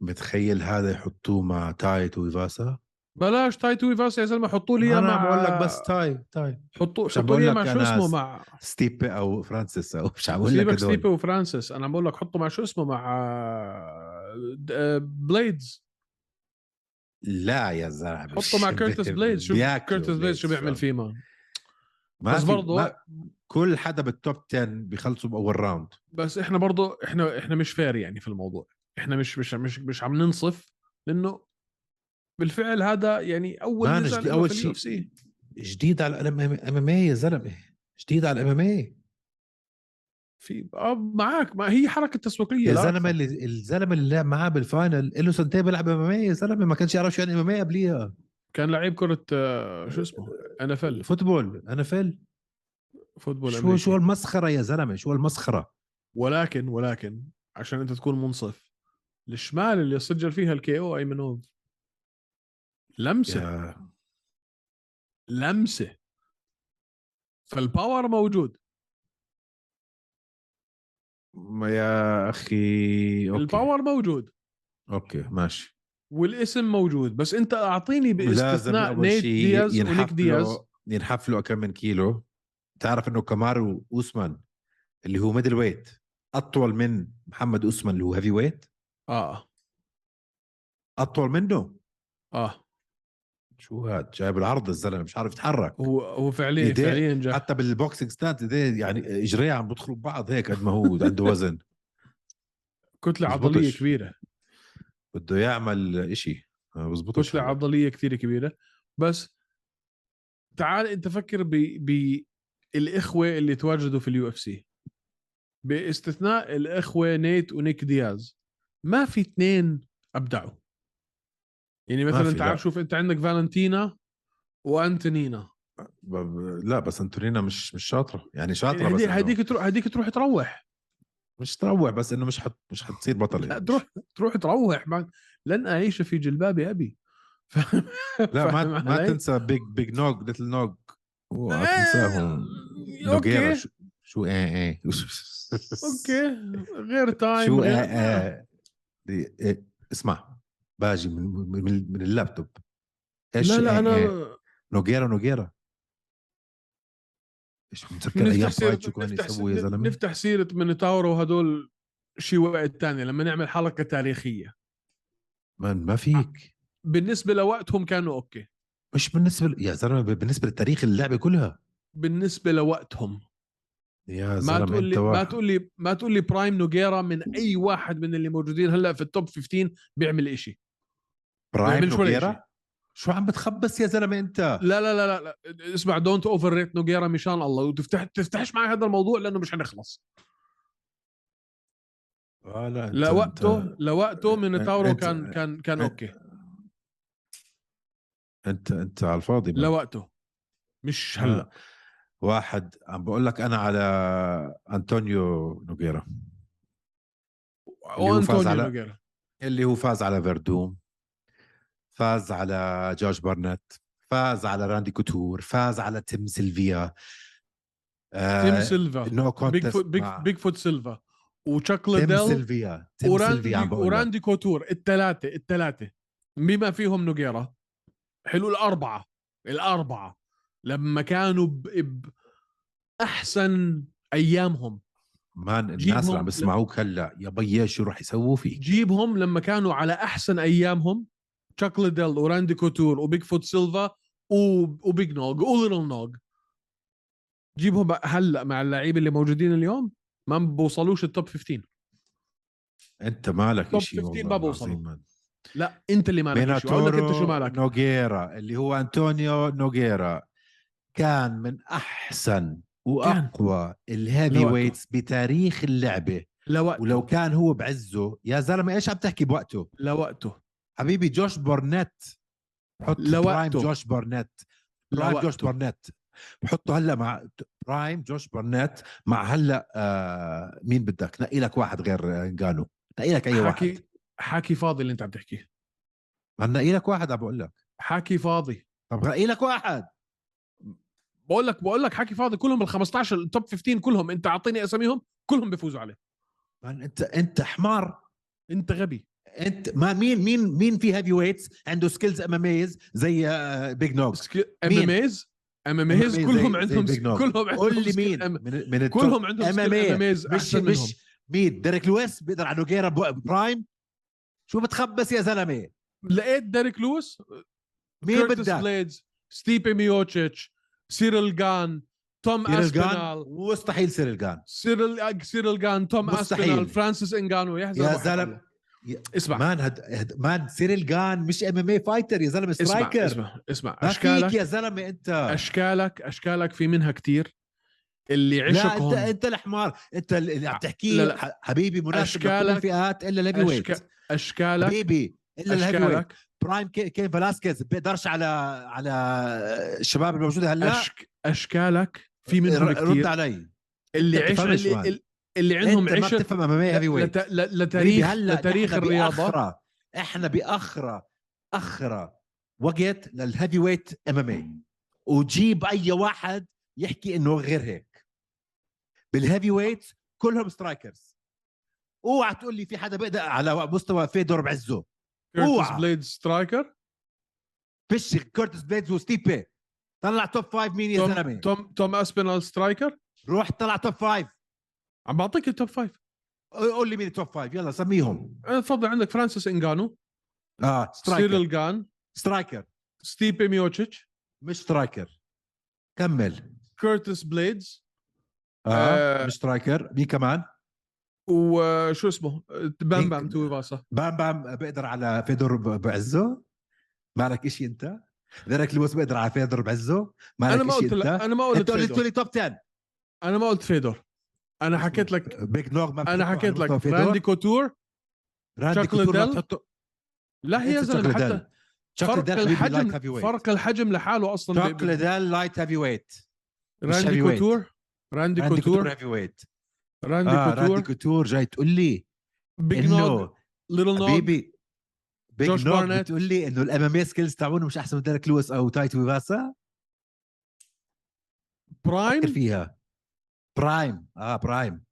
متخيل هذا يحطوه مع تايت ويفاسا
بلاش تايتو ويفاسا يا زلمه حطوا لي اياه
انا
مع
بقول لك بس تاي تاي
حطوا
مش عم
حطوا لي إياه
بقول
مع
لك
شو
أنا
اسمه
س-
مع
ستيبي او فرانسيس او مش عم بقول لك
سيبك ستيبي
هدول
وفرانسيس انا بقول لك حطوا مع شو اسمه مع د- آه، بليدز
لا يا زلمه
حطوا مع
مش
كيرتس
بي-
بليدز شو
بياكلوا
كيرتس بليدز شو بيعمل فيه ما
ما
بس
في-
برضو-
ما- كل حدا بالتوب 10 بيخلصوا باول راوند
بس احنا برضو احنا احنا مش فير يعني في الموضوع احنا مش مش مش مش عم ننصف لانه بالفعل هذا يعني اول
مان،
نزال
جديد-
له
أول
في
شيء-
UFC.
جديد على الام ام اي يا زلمه جديد على الام ام اي
في اه معك ما هي حركه تسويقيه
يا
لا
زلمه اللي الزلمه اللي لعب معاه بالفاينل له سنتين بيلعب ام ام اي يا زلمه ما كانش يعرف شو يعني ام ام اي قبليها
كان لعيب كره آه، شو اسمه ان اف ال
فوتبول انا فل
فوتبول
شو
أمريكي.
شو المسخره يا زلمه شو المسخره
ولكن ولكن عشان انت تكون منصف الشمال اللي سجل فيها الكي او ايمنوف لمسه
يا
لمسه فالباور موجود
يا اخي
أوكي.
اوكي
الباور موجود
اوكي ماشي
والاسم موجود بس انت اعطيني
لازم
باستثناء
اول
نيت
شيء
دياز ونيك
ينحف
دياز
له ينحف له كم من كيلو تعرف انه كامارو اوسمان اللي هو ميدل ويت اطول من محمد اوسمان اللي هو هيفي ويت
اه
اطول منه
اه
شو هاد جايب العرض الزلمه مش عارف يتحرك
هو هو فعليا
إيديه.
فعليا جا
حتى بالبوكسينج ستانت إيديه يعني اجريه عم بدخلوا ببعض هيك قد ما هو عنده وزن
كتله
مزبوطش.
عضليه كبيره
بده يعمل إشي ما بزبطش
كتله
هذا.
عضليه كثير كبيره بس تعال انت فكر ب بالاخوه اللي تواجدوا في اليو اف سي باستثناء الاخوه نيت ونيك دياز ما في اثنين ابدعوا يعني
ما
مثلا
في،
تعال
لا.
شوف انت عندك فالنتينا وانتونينا
ب- ب- لا بس انتونينا مش مش شاطره يعني شاطره
يعني
بس
هديك
إنه
هديك تروح هديك تروح تروح
مش تروع بس انه مش حت مش حتصير بطله
لا
يعني.
تروح تروح تروح ما لن اعيش في جلباب ابي فاهم-
لا ما
فاهم
ما
علي؟
تنسى بيج بيج نوج ليتل نوج اوعى
إيه،
تنساهم نوغيرا
اوكي
شو- شو ايه ايه
اوكي غير تايم
شو
غير- آه.
ايه ايه دي- إيه، اسمع باجي من من- من, من اللابتوب ايش
لا لا
إيه
انا
إيه؟ نوغيرا نوغيرا ايش متذكر ايام
نفتح
فايت
سيرة
شو كانوا
نفتح,
يسووا يا
سيرة
زلمه
نفتح سيرة مينوتاورو وهدول شي وقت تاني لما نعمل حلقة تاريخية
مان ما فيك
بالنسبة لوقتهم كانوا اوكي
مش بالنسبه ل- يا زلمه بالنسبه لتاريخ اللعبه كلها
بالنسبة لوقتهم
يا
ما
زلمه
تقول
انت
لي ما
واحد.
تقول لي ما تقول لي برايم نوجيرا من اي واحد من اللي موجودين هلا في التوب 15 بيعمل إشي
برايم
بيعملش ولا
نوغيرا شو عم بتخبص يا زلمه انت
لا لا لا لا, لا. اسمع دونت اوفر ريت نوجيرا مشان الله وتفتح تفتحش معي هذا الموضوع لانه مش حنخلص
آه لا أنت-
لوقته
أنت-
لوقته مينوتاورو
أنت-
كان كان كان
أنت-
اوكي
انت انت على الفاضي مان.
لوقته مش هلا
آه. واحد عم بقول لك انا على انطونيو نوغيرا هو فاز
وانتونيو
على-
نوجيرا
اللي هو فاز على فيردوم فاز على جورج بارنت فاز على راندي كوتور فاز على تيم سيلفيا
تيم
آه،
سيلفا
نو
بيج
كونتست
فوت بيج,
مع
بيج فوت سيلفا وتشاك
تيم
ليدل
سيلفيا تيم سيلفيا عم
وراندي,
بقول لك.
وراندي كوتور الثلاثة الثلاثة بما فيهم نوجيرا حلو الأربعة الأربعة لما كانوا ب... ب... أحسن أيامهم
مان
جيبهم
الناس اللي عم
ل-
بيسمعوك هلا يا بيي شو رح يسووا فيك
جيبهم لما كانوا على أحسن أيامهم تشاك ليدل وراندي كوتور وبيج فوت سيلفا و... وبيج نوغ وليتل نوغ جيبهم هلا مع اللعيبة اللي موجودين اليوم ما بوصلوش التوب 15
انت مالك
Top
شيء
15 ما بوصلوا.
مان
لا انت اللي مالك شيء عندك انت شو
بيناتورو
مالك
نوغيرا اللي هو انطونيو نوغيرا كان من احسن واقوى الهيفي
لوقته.
ويتس بتاريخ اللعبه
لوقته
ولو كان هو بعزه يا زلمه ايش عم تحكي بوقته
لوقته
حبيبي جوش بورنت حط برايم
لوقته.
جوش بورنت برايم
لوقته.
جوش بورنت بحطه هلا مع برايم جوش برنت مع هلا آه مين بدك نقي لك واحد غير انجانو نقي لك اي واحد
حكي حكي فاضي اللي انت عم تحكيه
نقي لك واحد عم بقول لك
حكي فاضي
طب نقي لك واحد
بقول لك بقول لك حكي فاضي كلهم ال 15 التوب 15 كلهم انت اعطيني اساميهم كلهم بيفوزوا عليه
مان انت انت حمار
انت غبي
انت ما مين مين مين في هيفي ويتس عنده سكيلز ام زي آه بيج نوكس
ام
مين؟
ام ايز ام ام ايز
زي-
كلهم
زي
عندهم
بيج نوب.
كلهم عندهم
إيه، قول لي
سكيل
مين
أم-
من, من التوب.
كلهم عندهم سكيل
MMA.
ام ايز
مش
احسن منهم
مش مين ديريك لويس بيقدر على نوجيرا بو- برايم شو بتخبص يا زلمه
لقيت ديريك لويس
مين بدك
بليدز ستيبي ميوتشيتش سيرل جان توم
سيريل جان
اسبينال
مستحيل سيريل جان
سيرل سيرل جان توم
مستحيل.
اسبينال فرانسيس انجانو يا
يا
واحد
زلمة. يا-
اسمع
مان هد... هد... مان سيريل جان مش ام ام اي فايتر يا زلمه
اسمع
سترايكر
اسمع اسمع
ما فيك
اشكالك
يا زلمه انت
اشكالك اشكالك في منها كتير اللي
لا انت
عشقهم
انت الحمار انت اللي عم
لا،
تحكيه
لا.
ح- حبيبي مناسب لكل
أشكالك-
الفئات الا الهيفي ويت
أشك- اشكالك
حبيبي الا الهيفي ويت
اشكالك
برايم كي- كين فلاسكيز بيقدرش على على الشباب الموجوده هلا
أشك... اشكالك في منهم
ر- رد
كتير
علي
اللي
أنت
عش...
بتفهمش
اللي,
مان.
ال- اللي عندهم
انت ما
عشق
بتفهم ام ام اي هيفي ويت
لت... ل...
حبيبي
لتاريخ
هلا
لتاريخ
نحن
الرياضه
بأخرى- احنا باخرى اخرى وقت للهيفي ويت ام ام اي وجيب اي واحد يحكي انه غير هيك بالهيفي ويت كلهم سترايكرز اوعى تقول لي في حدا بيقدر على مستوى فيدور بعزه
كيرتس
أوعى.
بليد سترايكر
فيش كورتس بليدز وستيبي طلع توب فايف مين يا
توم
زلمه
توم, توم اسبينال سترايكر
روح طلع توب فايف
عم بعطيك التوب فايف
قول لي مين التوب فايف يلا سميهم
أه، تفضل عندك فرانسيس انجانو
اه سترايكر
سيريل جان
سترايكر
ستيبي ميوتشيتش
مش سترايكر كمل
كيرتس بليدز آه.
اه مش سترايكر مين كمان
وشو اسمه بام بام
مين-
توي باسا
بام بام بقدر على فيدور ب- بعزه مالك إشي انت ذلك لويس بقدر على فيدور بعزه
انا
مالك
ما
إشي
قلت لك
انت
انا ما
انت
قلت
قلت
فيدور.
لي توب 10
انا ما قلت فيدور انا حكيت لك
بيج نوغ ما
انا حكيت لك راندي
راندي
كوتور
راندي
شاكلي
كوتور ما
ديل.
بتحطه
لا أه، هي يا زلمه حتى فرق الحجم
فرق
فرق الحجم لحاله اصلا ب- ب-
شاكلي ديل لايت هيفي ويت مش
راندي
heavy weight.
كوتور راندي
راندي كوتور
كوتور
هيفي ويت
راندي
اه راندي
كوتور
كوتور جاي تقول لي
بيج نوغ
انه
ليتل نوغ
حبيبي
جوش
بيج نوغ
بارنت.
بتقول لي انه الام ام اي سكيلز تاعونه مش احسن من ديريك لويس او تايتو ويفاسا
برايم
فكر فيها برايم اه برايم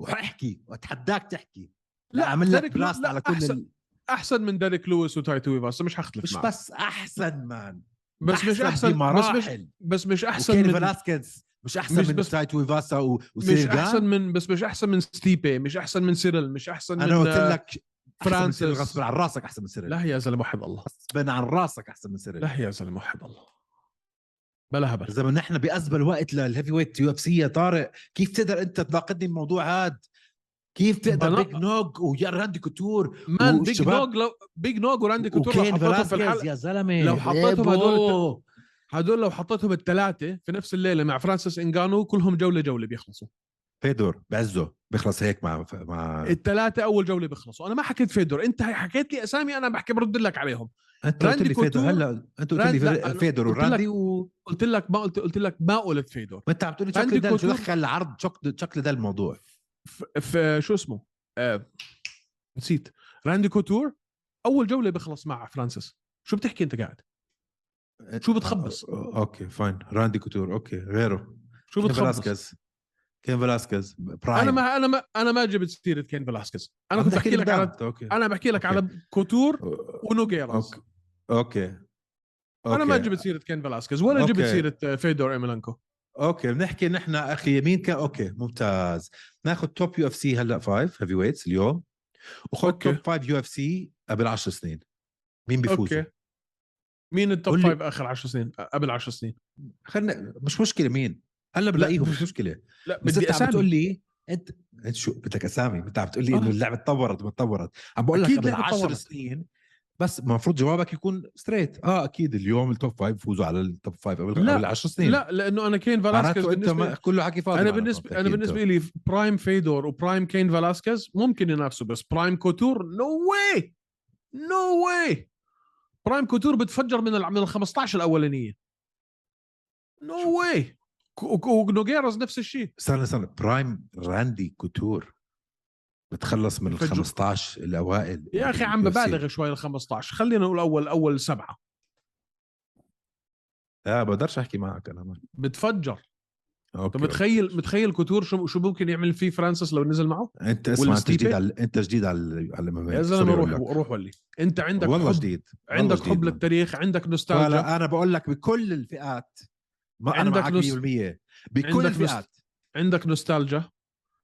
واحكي واتحداك تحكي لا
لا،
اعمل لك
ديريك لو-
بلاست
لا،
على كل
أحسن.
ال...
احسن من ديريك لويس وتايتو ويفاسا مش هختلف
مش
معك
بس احسن مان
بس مش احسن بس مش
بمراحل
بس مش احسن
احسن من
من
فلاسكيز مش احسن
مش
من
بس-
تايتو ويفاسا و...
مش
وسيريل
احسن
جان
من بس مش احسن من ستيبي مش احسن من سيرل مش احسن
انا
من
قلت لك
فرانسيس.
فرانسيس غصب عن راسك احسن من سيريل
لا يا زلمه وحد الله
غصب عن راسك احسن من سيريل
لا يا زلمه وحد الله بلا هبل
اذا ما نحن بازبل وقت للهيفي ويت يو اف سي يا طارق كيف تقدر انت تناقضني الموضوع هاد كيف تقدر
بلا-
بيج نوج ويا راندي كوتور
مان بيج
والشباب-
نوغ لو بيج نوغ وراندي كوتور لو
وكين
حطيتهم في
فلاسكيز
الحلقه
يا زلمه
لو حطيتهم
إيه
هدول
بو.
هدول لو حطيتهم الثلاثه في نفس الليله مع فرانسيس انجانو كلهم جوله جوله بيخلصوا
فيدور بعزه بيخلص هيك مع
إيه،
مع
الثلاثه اول جوله بيخلصوا انا ما حكيت فيدور انت حكيت لي اسامي انا بحكي برد لك عليهم
انت قلت
راندي
لي فيدور
كوتور-
هلا انت قلت
راند-
لي
لا،
فيدور-
أنا
فيدور
قلت لك-
وراندي و
قلت لك ما قلت قلت لك ما قلت فيدور
ما انت عم تقول لي
راندي
شكل ده شو
كوتور.
دخل العرض شكل شكل ده الموضوع
ف- في شو اسمه آه نسيت راندي كوتور اول جوله بيخلص مع فرانسيس شو بتحكي انت قاعد شو
آه،
بتخبص؟
اوكي فاين راندي كوتور اوكي غيره
شو
كين
بتخبص
فلاسكيز كين فلاسكيز برايم
انا ما انا ما انا ما جبت سيره كين فلاسكيز انا
عم
كنت
تحكي
بحكي
لي
لك على
بدعمت، اوكي
انا بحكي لك
أوكي.
على كوتور
أوكي.
ونوغيراس
اوكي
انا ما
أوكي.
جبت سيره كين فلاسكيز ولا
أوكي.
جبت سيره آه، فيدور ايميلانكو
اوكي بنحكي نحن اخي مين كان اوكي ممتاز ناخذ توب يو اف سي هلا فايف هيفي ويتس اليوم وخذ
أوكي.
توب فايف يو اف سي قبل 10 سنين مين بيفوز
اوكي مين التوب
قول لي.
فايف اخر 10 سنين آه، قبل 10 سنين
خلينا مش مشكله مين هلا بلاقيهم مش مشكله
لا
بس
بدي
انت عم
اسامي
بتقول لي انت انت شو بدك اسامي انت عم تقول لي
آه.
انه اللعبه تطورت ما تطورت عم بقول لك
أكيد
قبل
اللعبة
10
تطورت.
سنين بس المفروض جوابك يكون ستريت اه اكيد اليوم التوب فايف فوزوا على التوب فايف قبل
لا.
قبل 10 سنين
لا لانه انا كين فلاسكيز
معناته انت
بالنسبه
ما كله حكي فاضي
انا
معناته
بالنسبه انا
أكيد.
بالنسبه لي برايم فيدور وبرايم كين فلاسكيز ممكن ينافسوا بس برايم كوتور نو واي نو واي برايم كوتور بتفجر من ال من ال 15 الاولانيه نو واي ونوجيرز نفس الشيء
استنى استنى برايم راندي كوتور بتخلص من ال
فجو-
15 الاوائل
يا اخي عم
بال UFC.
ببالغ شوي ال 15 خلينا نقول اول اول سبعه
لا آه، بقدرش احكي معك انا ما.
بتفجر
اوكي
طب متخيل متخيل كوتور شو شو ممكن يعمل فيه فرانسيس لو نزل معه؟
انت اسمع انت
والستيبي؟
جديد على انت جديد على على الام
يا زلمه روح روح ولي انت عندك
والله
حب
جديد والله
عندك
جديد.
حب للتاريخ عندك نوستالجيا
ولا انا بقول لك بكل الفئات ما انا
عندك
معك
نص-
100%
عندك
بكل
نص-
الفئات
عندك نوستالجيا بس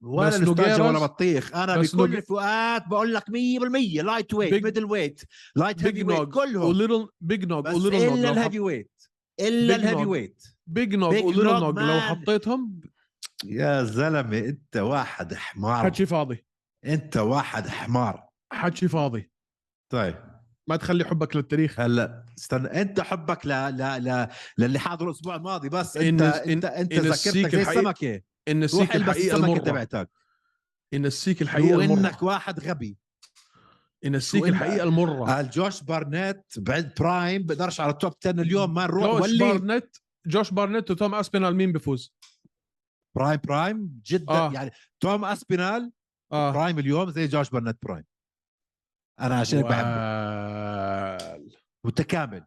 ولا نوستالجيا
نوجيرس-
ولا بطيخ انا
بس
بكل
نوج-
الفئات بقول لك 100% لايت ويت
Big-
ميدل ويت لايت
Big
هيفي ويت
Nog
كلهم
وليتل بيج نوج
بس
وليتل نوج
الا
لو
الهيفي
حط-
ويت الا
Big
الهيفي
Nog.
ويت
بيج نوج
Big
وليتل
Nog
نوج لو
man.
حطيتهم
يا زلمه انت واحد حمار
حكي فاضي
انت واحد حمار
حكي فاضي
طيب
ما تخلي حبك للتاريخ
هلا استنى انت حبك ل ل ل للي حاضر الاسبوع الماضي بس
إن-
انت
إن-
انت انت
إن السيك
ذاكرتك زي
الحقيقي-
السمكه
ان
روح
السيك
البس
الحقيقه
السمكه
المره
تبعتك
ان السيك الحقيقه
شو
المره
انك واحد غبي
ان السيك
شو إنك- آه،
الحقيقه المره
قال جوش بارنت بعد برايم بقدرش على التوب 10 اليوم ما نروح
جوش
ولي
بارنت جوش بارنت وتوم اسبينال مين بيفوز؟
برايم برايم جدا
آه.
آه. يعني توم اسبينال آه.
اه
برايم اليوم زي جوش بارنت برايم انا عشان هيك بحبه
وال
متكامل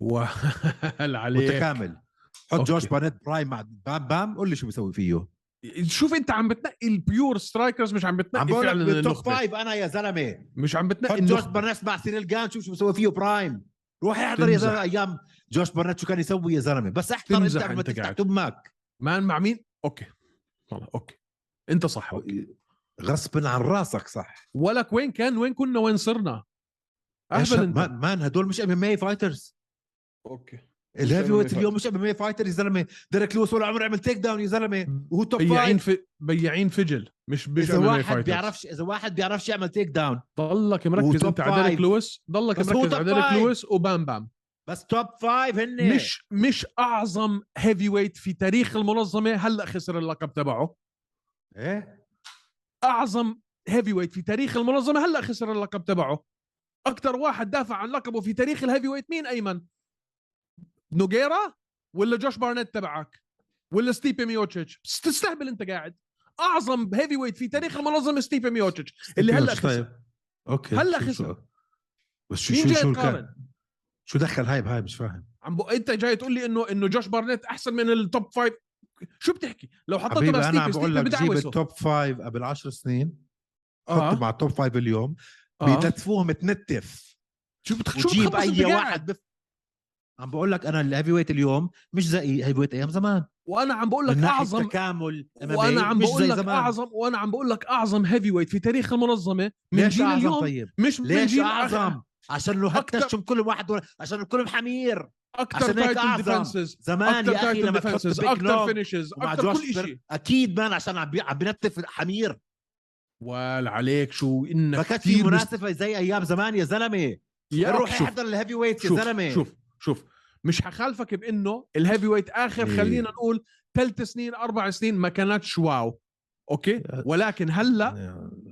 وال عليك
متكامل حط
أوكي.
جوش بارنت برايم مع بام بام قول لي شو بيسوي فيه
شوف انت عم بتنقي البيور سترايكرز مش عم
عم
بتنقي
بقول لك
فعلا
بالتوب
النخبه
فايف انا يا زلمه
مش عم بتنقي
حط جوش
النخبه
برنت مع سيريل جان شوف شو بسوي فيه برايم روح احضر يا
تمزح.
زلمه ايام جوش برنت شو كان يسوي يا زلمه بس احضر انت
تمزح
قبل ما
أنت
تفتح
قاعد.
تمك
مان مع مين؟ اوكي والله اوكي انت صح
غصبا عن راسك صح
ولك وين كان وين كنا وين صرنا؟ اهبل
اهبل
انت
مان مان هدول مش ام ام فايترز
اوكي
الهيفي
MMA
ويت اليوم مش ام ام فايتر يا زلمه ديريك لويس ولا عمره عمل تيك داون يا زلمه وهو توب
بياعين
فايف
في بياعين فجل مش مش
اذا
MMA
واحد
fighters.
بيعرفش اذا واحد بيعرفش يعمل تيك داون
ضلك مركز
وtop
انت على ديريك
five.
لويس ضلك
بس هو
مركز على
top
ديريك
five.
لويس وبام بام
بس توب فايف هن
مش مش اعظم هيفي ويت في تاريخ المنظمه هلا خسر اللقب تبعه
ايه
اعظم هيفي ويت في تاريخ المنظمه هلا خسر اللقب تبعه اكثر واحد دافع عن لقبه في تاريخ الهيفي ويت مين ايمن نوجيرا ولا جوش بارنت تبعك ولا ستيبي ميوتشيتش بس تستهبل انت قاعد اعظم هيفي ويت في تاريخ المنظمه ستيبي ميوتشيتش اللي هلا
شو
خسر
طيب. اوكي
هلا
شو-
خسر.
شو- بس شو
مين
شو
جاي
شو
تقارن
كان شو دخل هاي بهاي مش فاهم
عم بق... انت جاي تقول لي انه انه جوش بارنت احسن من التوب فايف شو بتحكي لو حطيته
حبيبي
مع
انا عم
ستيبي
بقول
ستيبي
لك جيب
بدعوسه
التوب فايف قبل 10 سنين
آه.
حطه مع التوب فايف اليوم
آه.
بيتلتفوهم تنتف
شو بتخ... شو
وجيب
بتخبص انت
اي
قاعد؟
واحد بف... عم بقول لك انا الهيفي ويت اليوم مش زي هيفي ويت ايام زمان
وانا عم بقول
من
لك
ناحيه
اعظم
تكامل MMA
وانا عم
مش
بقول
زي
لك
زمان.
اعظم وانا عم بقول لك اعظم هيفي ويت في تاريخ المنظمه من
ليش
جيل
اعظم
اليوم
طيب
مش من
ليش
جيل
اعظم عشان لو
أكتر-
هتكشم كلهم واحد ولا عشان كلهم حمير
اكثر
عشان هيك
تايتل
أعظم.
ديفنسز
زمان
اكثر
يا اخي
تايتل
لما تحط
ديفنسز
بيج
اكثر
نوم
فينيشز
ومع
اكثر
جوش
كل شيء
بير- اكيد مان عشان عم بي- عم بنتف حمير
وال عليك شو
ما
انك
كانت
كتير
في
مست-
مناسبه زي ايام زمان يا زلمه
يا
روح
شوف
احضر الهيفي ويت يا
شوف
زلمه
شوف شوف مش حخالفك بانه الهيفي ويت اخر
إيه.
خلينا نقول ثلاث سنين اربع سنين ما كانتش واو اوكي ولكن هلا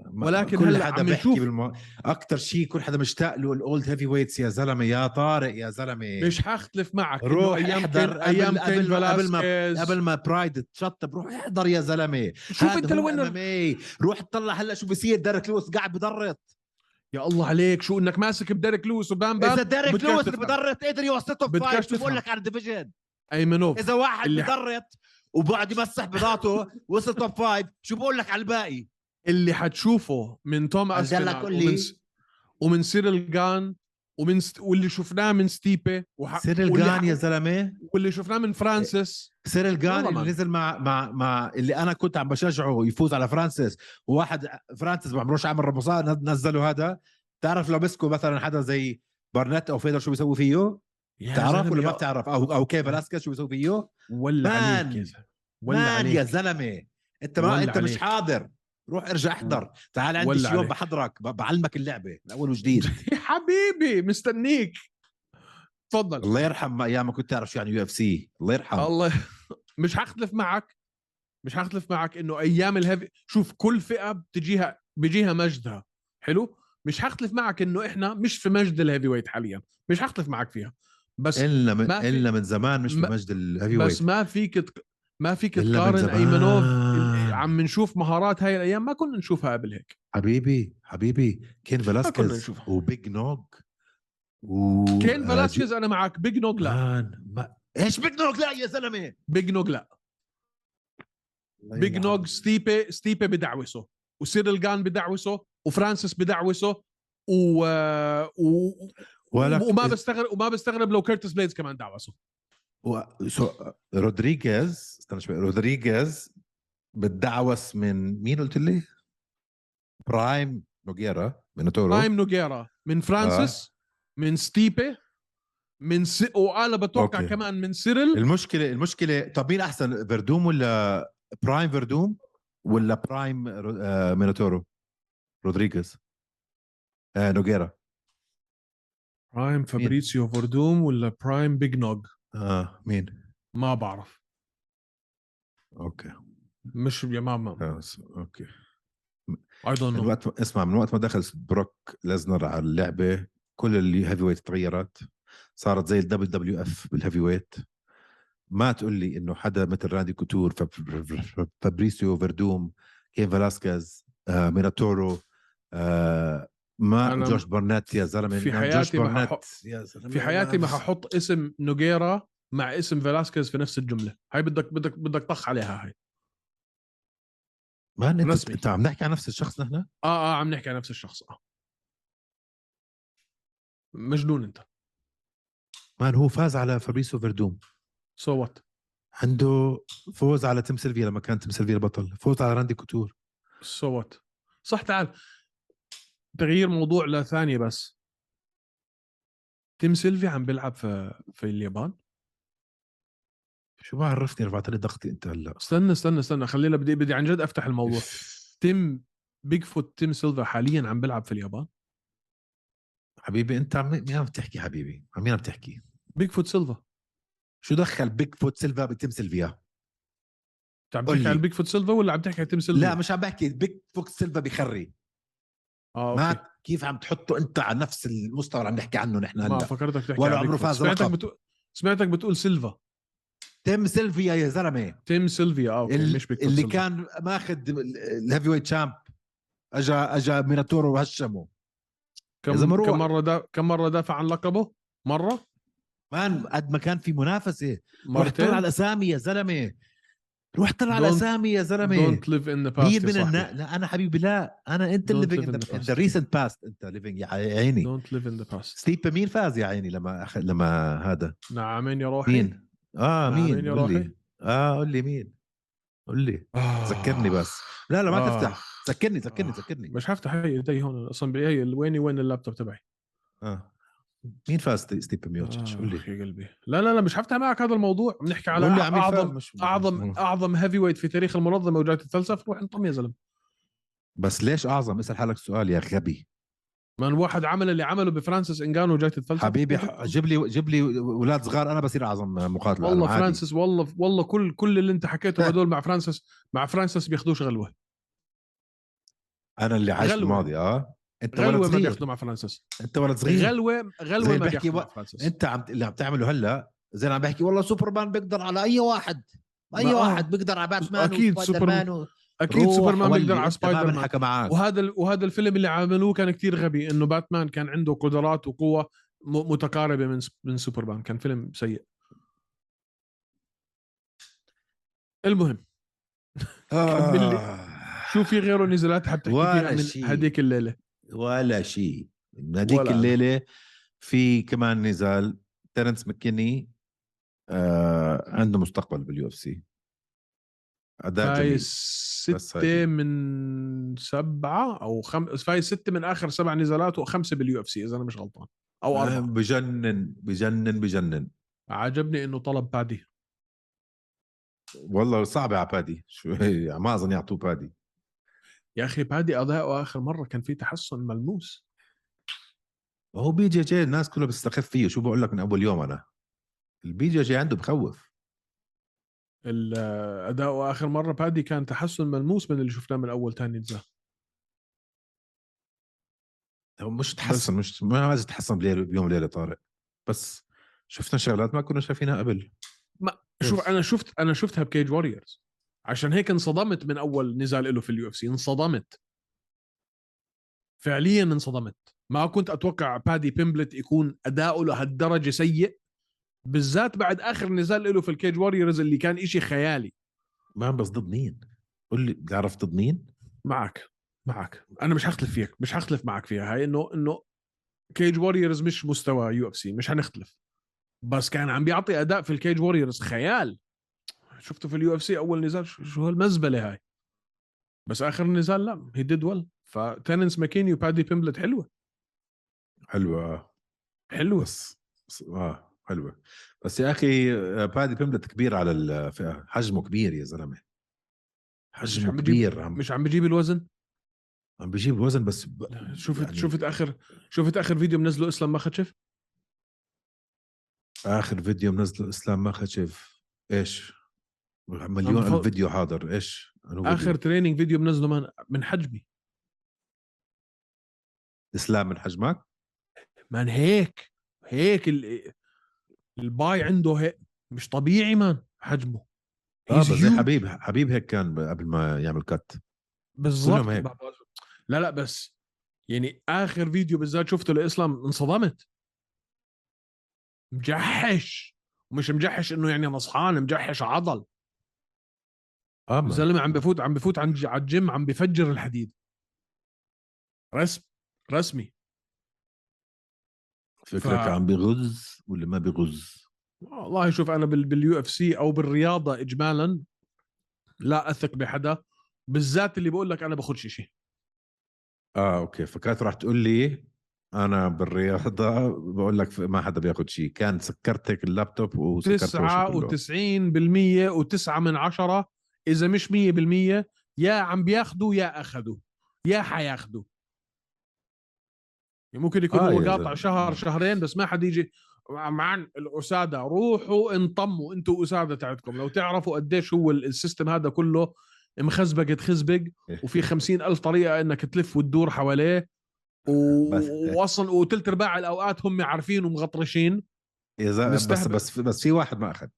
ما-
ولكن
كل
هلا
حدا
عم
بيحكي
نشوف.
بالم... اكثر شيء كل حدا مشتاق له الاولد هيفي ويتس يا زلمه يا طارق يا زلمه
مش حختلف معك إنه
روح
ايام
احضر
كان
قبل-
ايام
قبل-
كان
قبل ما-
فلاسكيز
قبل ما برايد تشطب روح احضر يا زلمه
شوف انت لوين
MMA. روح اطلع هلا شو بصير ديريك لويس قاعد بدرت
يا الله عليك شو انك ماسك بديريك لويس وبام
اذا
بام
ديريك
بدكش
لويس
تفهم.
بدرت قدر يوصله
بدكش
بفايت شو
تفهم.
بقول لك على الديفيجن
ايمنوف
اذا واحد
اللي-
بدرت وبقعد يمسح بضاعته وصل توب فايف شو بقول لك على الباقي
اللي حتشوفه من توم
قال لك
اسبينال
قول
ومن,
لي.
س... ومن سيريل جان ومن ست... واللي شفناه من ستيبي وح...
سيريل
واللي
جان يا زلمه
واللي شفناه من فرانسيس
سيريل جان
والله
اللي
ما-
نزل مع مع مع اللي انا كنت عم بشجعه يفوز على فرانسيس وواحد فرانسيس ما عمروش عمل رمصاء نزلوا هذا تعرف لو مسكوا مثلا حدا زي بارنت او فيدر شو بيسوي فيه؟
يا
تعرف
زلمة
ولا
يا-
ما بتعرف او او كيف فلاسكيز شو بيسوي فيه؟
ولا
مان.
عليك يا زلمة. ولا
مان يا
عليك
زلمه انت
ولا
ما انت
عليك.
مش حاضر روح ارجع احضر تعال عندي
ولا
شي يوم
عليك.
بحضرك ب- بعلمك اللعبه من اول وجديد
يا حبيبي مستنيك تفضل
الله يرحم ايام ما كنت تعرف شو يعني يو اف سي الله يرحم
الله مش حختلف معك مش حختلف معك انه ايام الهيفي شوف كل فئه بتجيها بيجيها مجدها حلو مش حختلف معك انه احنا مش في مجد الهيفي ويت حاليا مش حختلف معك فيها بس
الا من
ما في-
الا من زمان مش
ما-
بمجد الهيفي ويت
بس ما فيك تق... ما فيك
إلا من
تقارن
زمان.
ايمنوف عم نشوف مهارات هاي الايام ما كنا نشوفها قبل هيك
حبيبي حبيبي كين
كنا
فلاسكيز
نشوفها.
وبيج نوغ و
كين فلاسكيز انا معك بيج نوغ لا
مان ما... ايش بيج نوغ لا يا زلمه
بيج نوغ لا
نعم.
بيج نوغ ستيبي ستيبي بدعوسه وسيرل جان بدعوسه وفرانسيس بدعوسه و... و...
ولك
وما بستغرب وما بستغرب لو كيرتس بليدز كمان دعوسه
و... سو... رودريغيز استنى شوي رودريغيز بالدعوس من مين قلت لي؟ برايم نوغيرا من تورو
برايم نوجيرا من فرانسيس من ستيبي من س... وانا بتوقع
أوكي.
أوكي. كمان من سيرل
المشكله المشكله طب مين احسن فردوم ولا برايم فردوم ولا برايم رو- آه، مينوتورو رودريغيز آه نوغيرا
برايم فابريتسيو فوردوم ولا برايم بيج نوغ
اه مين
ما بعرف
اوكي
مش يا ماما
آه، س- اوكي
اي دونت
من
نو
وقت اسمع من وقت ما دخل بروك ليزنر على اللعبه كل الهيفي ويت تغيرت صارت زي الدبليو دبليو اف بالهيفي ويت ما تقول لي انه حدا مثل راندي كوتور فاب- فاب- فابريسيو فيردوم كين فلاسكيز آه ميناتورو آه ما
أنا
جوش برنات يا زلمه
في
ما جوش
حياتي ما
برنات
ححط-
يا زلمه
في حياتي ما ححط اسم نوجيرا مع اسم فيلاسكيز في نفس الجمله هاي بدك بدك بدك طخ عليها هاي
ما انت,
رسمي.
انت عم نحكي عن نفس الشخص نحن
اه اه عم نحكي عن نفس الشخص اه مجنون انت
مان هو فاز على فابريسيو فيردوم
سو so وات
عنده فوز على تيم سيلفيا لما كان تيم سيلفيا البطل فوز على راندي كوتور
سو وات صح تعال تغيير موضوع لثانية بس تيم سيلفي عم بيلعب في في اليابان
شو ما عرفتني رفعت لي ضغطي انت هلا
استنى استنى استنى خلينا بدي بدي عن جد افتح الموضوع تيم بيج فوت تيم سيلفا حاليا عم بيلعب في اليابان
حبيبي انت عم مين عم تحكي حبيبي عن مين عم تحكي
بيج فوت سيلفا
شو دخل بيك فوت سيلفا بتيم سيلفيا
انت عم
قول
تحكي
لي.
عن بيج فوت سيلفا ولا عم تحكي عن تيم سيلفا
لا مش عم بحكي بيك فوت سيلفا بخري
اه أوكي.
ما كيف عم تحطه انت على نفس المستوى اللي عم نحكي عنه نحن
ما
هلا
فكرتك تحكي
ولا
عن
عمره
بيج فوت.
فاز
سمعتك
لقب.
بتقول سمعتك بتقول سيلفا
تيم سيلفيا يا زلمه
تيم سيلفيا اه اوكي
ال-
مش بيج فوت
اللي
سيلفا.
كان ماخذ ال- الهيفي ويت شامب اجا اجا ميناتورو وهشمه يا
كم,
زمروع.
كم مره دا... كم مره دافع عن لقبه مره
مان قد ما كان في منافسه روح
مرتين
طلع على الاسامي يا زلمه روح طلع على
Don't-
الاسامي يا زلمه
دونت ليف ان ذا
مين
باست
من النا... لا انا حبيبي لا انا انت
Don't live in
الليفينج
the
ان
past.
ذا ريسنت باست انت ليفينج يا عيني
دونت ليف ان ذا باست
ستيب مين فاز يا عيني لما أخ... لما هذا
نعمين يا نعم، روحي
مين اه
نعم،
مين
مين يا
قول
روحي؟
لي اه قول لي مين قول لي
آه.
ذكرني بس لا لا ما
آه.
تفتح ذكرني ذكرني
آه.
ذكرني
مش حفتح هي ايدي هون اصلا هي ويني وين اللابتوب تبعي
اه مين فاز ستي- ستيب ميوتش قول
آه،
لي
اخي قلبي لا لا لا مش حفتح معك هذا الموضوع بنحكي على
قول لي عن مين فاز،
اعظم
مش-
اعظم اعظم هيفي ويت في تاريخ المنظمه وجاية الفلسفه روح انطم يا زلمه
بس ليش اعظم اسال حالك سؤال يا غبي
من واحد عمل اللي عمله بفرانسيس انجانو وجاية الفلسفه
حبيبي ح- جيب لي جيب لي اولاد صغار انا بصير اعظم مقاتل أنا
والله
عادي.
فرانسيس والله والله كل كل اللي انت حكيته هدول مع فرانسيس مع فرانسيس بياخدوش غلوه
انا اللي عايش في
غلوة.
الماضي اه انت ولد
غلوه ما
صغير
بياخدوا مع فرانسيس
انت ولد صغير
غلوه غلوه
زي
ما
بحكي
بياخدوا مع
وقت-
فرانسيس
انت عم اللي عم تعمله هلا زي اللي عم بحكي والله سوبرمان بيقدر على اي واحد اي
ما- آه.
واحد بيقدر على باتمان
أكيد سوبرمان. اكيد سوبرمان بيقدر على سبايدر مان
حكى معك
وهذا ال- وهذا الفيلم اللي عملوه كان كتير غبي انه باتمان كان عنده قدرات وقوه م- متقاربه من س- من سوبرمان كان فيلم سيء المهم كمل لي.
آه.
شو في غيره نزلات حتى
ولا
من
شيء.
هذيك الليله
ولا شيء من هذيك
ولا أنا.
الليله في كمان نزال تيرنس مكيني آه عنده مستقبل باليو اف سي اداء
فايز
جميل بس هاي.
ستة من سبعة أو خم... فايز ستة من آخر سبع نزالات وخمسة باليو اف سي إذا أنا مش غلطان أو
آه،
أربعة
بجنن بجنن بجنن
عجبني إنه طلب بادي
والله صعبه على بادي شو ما اظن يعطوه بادي
يا أخي بادي أداؤه آخر مرة كان في تحسن ملموس
هو بي جي جي الناس كلها بتستخف فيه شو بقول لك من اول يوم انا البي جي جي عنده بخوف
ال- أداؤه آخر مرة بادي كان تحسن ملموس من اللي شفناه من أول تاني نزال
هو مش تحسن مش ما عايز يتحسن بليل- بيوم وليله طارق بس شفنا شغلات ما كنا شايفينها قبل
شوف انا شفت انا شفتها بكيج واريورز عشان هيك انصدمت من اول نزال له في اليو اف سي انصدمت فعليا انصدمت ما كنت اتوقع بادي بيمبلت يكون اداؤه لهالدرجه سيء بالذات بعد اخر نزال له في الكيج واريورز اللي كان إشي خيالي
ما بس ضد مين قول لي بتعرف ضد مين
معك معك انا مش هختلف فيك مش هختلف معك فيها هاي انه انه كيج واريورز مش مستوى يو اف سي مش هنختلف بس كان عم بيعطي اداء في الكيج واريورز خيال شفته في اليو اف سي اول نزال شو شو هالمزبله هاي بس اخر نزال لا هي ديد ويل فتننس ماكيني وبادي بيمبلت حلوه
حلوه آه.
حلوه
بس بس- اه حلوه بس يا اخي آه، بادي بيملت كبير على الفئه حجمه كبير يا زلمه
مش
حجمه
عم بجيب-
كبير عم
مش عم بجيب الوزن
عم بيجيب وزن بس ب...
شفت
يعني-
شفت اخر شفت اخر فيديو منزله اسلام مخشف
اخر فيديو منزله اسلام مخشف ايش مليون
عم بفو-
الف فيديو حاضر ايش أنو
اخر
فيديو؟
تريننج فيديو منزله من, من حجمي
اسلام من حجمك
مان هيك هيك ال... الباي عنده هيك مش طبيعي مان حجمه
اه
He's
بس زي
huge.
حبيب حبيب هيك كان قبل ما يعمل كات
بالظبط
كلهم هيك.
لا لا بس يعني اخر فيديو بالذات شفته لاسلام انصدمت مجحش ومش مجحش انه يعني نصحان مجحش عضل
اه ما-
الزلمه عم بفوت عم بفوت عن على الجيم عم بفجر الحديد رسم رسمي
فكرك
ف-
عم بيغز ولا ما بيغز
والله شوف انا باليو اف سي او بالرياضه اجمالا لا اثق بحدا بالذات اللي بقول لك انا باخدش شيء
اه اوكي فكانت راح تقول لي انا بالرياضه بقول لك ما حدا بياخذ شيء كان سكرت هيك اللابتوب وسكرت وشه كله.
99% و9 من عشرة اذا مش 100% يا عم بياخدوا يا اخذوا يا حياخدوا يعني ممكن يكون
آه
هو
يا
قاطع
زلمة.
شهر شهرين بس ما حد يجي معن الاساده روحوا انطموا انتوا اساده تاعتكم لو تعرفوا قديش هو ال- السيستم هذا كله مخزبقة خزبق
إيه.
وفي خمسين ألف طريقة إنك تلف وتدور حواليه و...
بس-
وأصلا وثلث أرباع الأوقات هم عارفين ومغطرشين
يا زلمة، بس بس
مستهبل.
بس في, بس في واحد ما اخذ في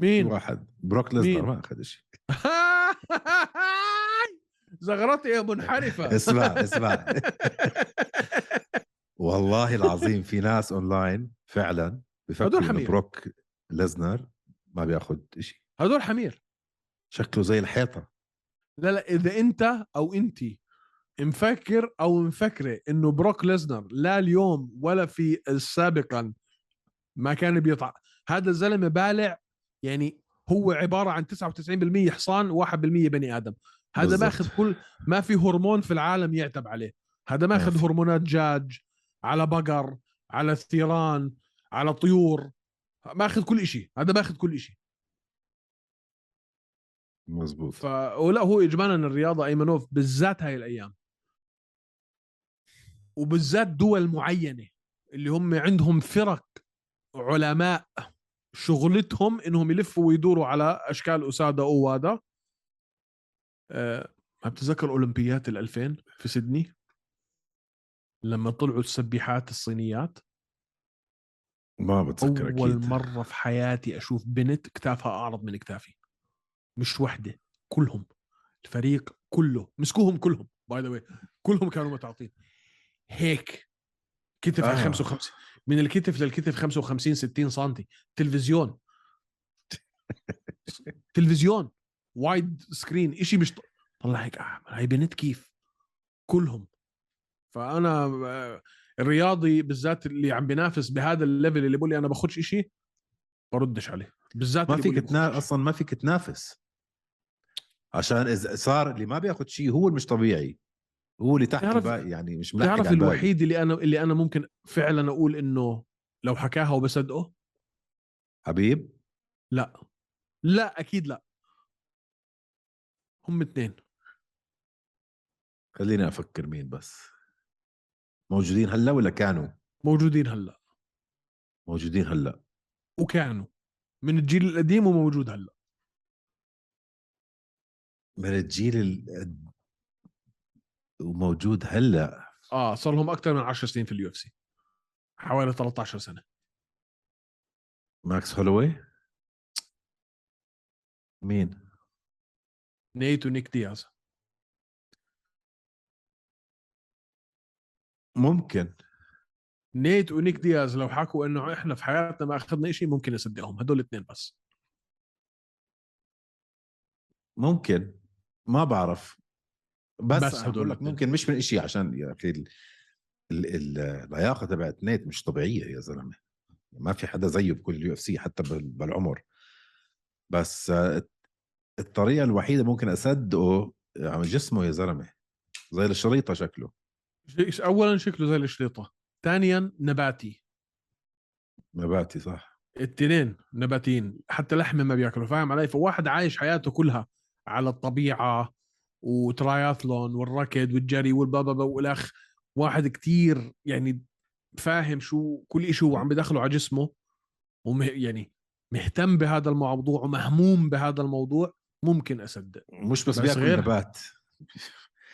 مين؟
واحد بروك
مين؟
ليزنر ما اخذ شيء
زغرتي منحرفة
اسمع اسمع والله العظيم في ناس اونلاين فعلا بفكروا إنه
حمير.
بروك ليزنر ما بياخذ شيء
هدول حمير
شكله زي الحيطه
لا لا إذا أنت أو أنتي مفكر أو مفكرة إنه بروك ليزنر لا اليوم ولا في سابقا ما كان بيطلع هذا الزلمة بالع يعني هو عبارة عن 99% حصان و1% بني آدم هذا
بالضبط.
ماخذ كل ما في هرمون في العالم يعتب عليه هذا ماخذ
ما في.
هرمونات دجاج على بقر على ثيران على طيور ماخذ كل شيء هذا ماخذ كل شيء
مزبوط
ف ولا هو اجمالا الرياضه ايمنوف بالذات هاي الايام وبالذات دول معينه اللي هم عندهم فرق علماء شغلتهم انهم يلفوا ويدوروا على اشكال اساده او هذا أه ما بتتذكر اولمبيات ال 2000 في سيدني لما طلعوا السباحات الصينيات
ما بتذكر
اول
اكيد
مره في حياتي اشوف بنت كتافها اعرض من كتافي مش وحده كلهم الفريق كله مسكوهم كلهم باي ذا كلهم كانوا متعاطين هيك كتف على
آه.
55 من الكتف للكتف 55 60 سم تلفزيون تلفزيون وايد سكرين إشي مش ط- طلع هيك آه، هاي بنت كيف كلهم فانا آه، الرياضي بالذات اللي عم بينافس بهذا الليفل اللي بقول لي انا باخدش إشي بردش عليه بالذات
ما
اللي بقول لي
فيك تنا... اصلا ما فيك تنافس عشان اذا صار اللي ما بياخذ شيء هو المش طبيعي هو اللي تحت
بتعرف-
الباقي يعني مش ملحق
بتعرف
على الباقي.
الوحيد اللي انا اللي انا ممكن فعلا اقول انه لو حكاها وبصدقه
حبيب
لا لا اكيد لا هم اثنين
خليني افكر مين بس موجودين هلا ولا كانوا
موجودين هلا
موجودين هلا
وكانوا من الجيل القديم وموجود هلا
من الجيل ال... وموجود هلا
آه، اه صار لهم اكثر من 10 سنين في اليو اف سي حوالي 13 سنه
ماكس هولوي مين
نيت ونيك دياز
ممكن
نيت ونيك دياز لو حكوا انه احنا في حياتنا ما اخذنا شيء ممكن اصدقهم هدول الاثنين بس
ممكن ما بعرف بس,
بس
بس هدول
هدول
لك
الاتنين.
ممكن مش من إشي عشان يا اخي ال- ال- ال- اللياقه تبعت نيت مش طبيعيه يا زلمه ما في حدا زيه بكل اليو اف سي حتى بال- بالعمر بس آه، الطريقه الوحيده ممكن اصدقه عم جسمه يا زلمه زي الشريطه شكله
ش- اولا شكله زي الشريطه ثانيا نباتي
نباتي صح
التنين نباتيين حتى لحمه ما بياكلوا فاهم علي فواحد عايش حياته كلها على الطبيعه وتراياثلون والركض والجري والبابا والاخ واحد كتير يعني فاهم شو كل شيء هو عم بدخله على جسمه ومه يعني مهتم بهذا الموضوع ومهموم بهذا الموضوع ممكن اصدق
مش بس,
بس
بياكل
غير-
نبات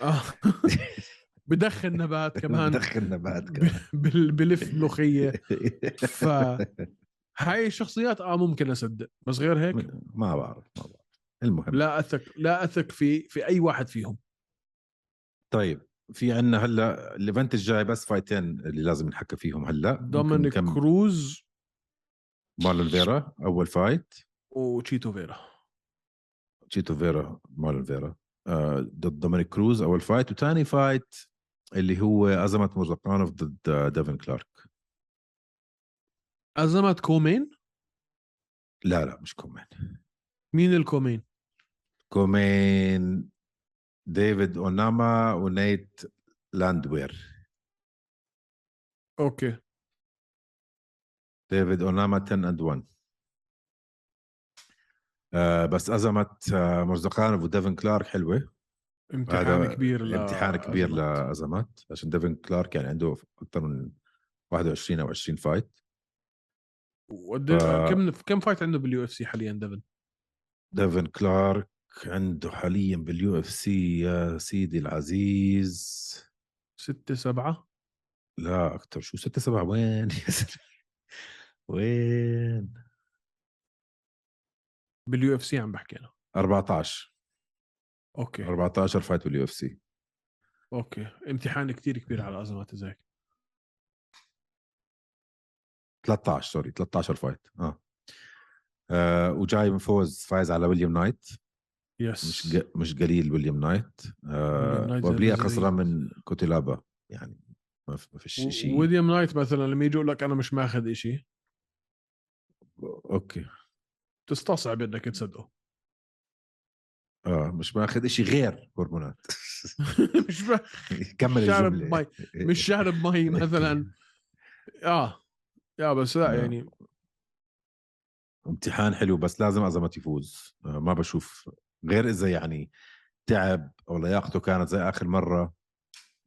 اه بدخن نبات كمان
دخل نبات كمان
بال- بلف ملوخيه ف هاي الشخصيات اه ممكن اصدق بس غير هيك
ما بعرف ما بعرف المهم
لا اثق لا اثق في في اي واحد فيهم
طيب في عندنا هلا الايفنت الجاي بس فايتين اللي لازم نحكي فيهم هلا ممكن
دومينيك
نكمل.
كروز
مارلون فيرا اول فايت
وتشيتو فيرا
تشيتو فيرا مارلون فيرا آه، ضد دومينيك كروز اول فايت وثاني فايت اللي هو ازمه مرزقانوف ضد آه، ديفن كلارك
ازمه كومين
لا لا مش كومين
مين الكومين؟
كومين ديفيد اوناما ونيت لاندوير
اوكي
ديفيد اوناما 10 اند 1 آه بس ازمه آه، مرزقانوف وديفن كلارك حلوه
امتحان كبير ل-
امتحان كبير
أزمة.
لازمات عشان ديفن كلارك يعني عنده اكثر من 21 او 20 فايت
وقد-
آه.
كم كم فايت عنده باليو اف سي حاليا ديفن؟
ديفن كلارك عنده حاليا باليو اف سي يا سيدي العزيز
ستة سبعة
لا اكثر شو 6 7 وين يا زلمة؟ وين
باليو اف سي عم بحكي انا
14
اوكي
14 فايت باليو اف سي
اوكي امتحان كتير كبير على ازمات زيك
13 سوري 13 فايت اه, آه وجاي من فوز فايز على ويليام نايت
يس
مش ق- مش قليل ويليام نايت آه
ويليام نايت
وقبليها
زلمة
خسران
زي-
من كوتيلابا يعني ما في- ما فيش
و-
شيء
ويليام نايت مثلا لما يجي يقول لك انا مش ماخذ إشي
اوكي
تستصعب انك تصدقه
اه مش ماخذ شيء غير هرمونات
مش ما-
كمل
شارب
الجمله
مي مش شارب مي مثلا اه يا بس لا
نعم.
يعني
امتحان حلو بس لازم ازمت يفوز آه ما بشوف غير اذا يعني تعب او لياقته كانت زي اخر مره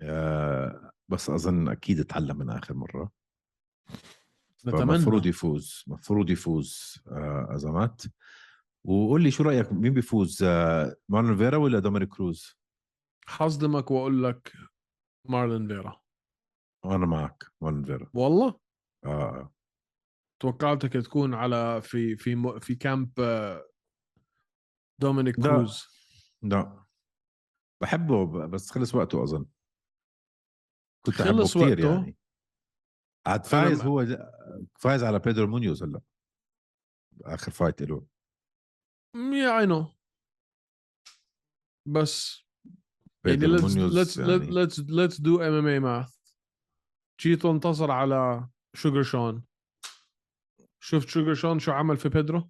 آه بس اظن اكيد اتعلم من اخر مره المفروض
نتمنى
يفوز المفروض يفوز آه، ازمات وقول لي شو رايك مين بيفوز آه، مارلون فيرا ولا دومينيك كروز
حصدمك واقول لك مارلين فيرا
انا معك مارلون فيرا
والله
آه، آه.
توقعتك تكون على في في م- في كامب آه، دومينيك
لا.
كروز
لا بحبه ب- بس خلص وقته اظن كنت احبه
خلص
كثير
وقته.
يعني عاد فايز
أنا-
هو ج- فايز على بيدرو مونيوز هلا اخر فايت له
يا اي نو يعني بس يعني
بيدرو
ليتس
مونيوز
ليتس
يعني
ليتس ليتس دو ام ام اي ماث تشيتو انتصر على شوجر شون شفت شوجر شون شو عمل في بيدرو؟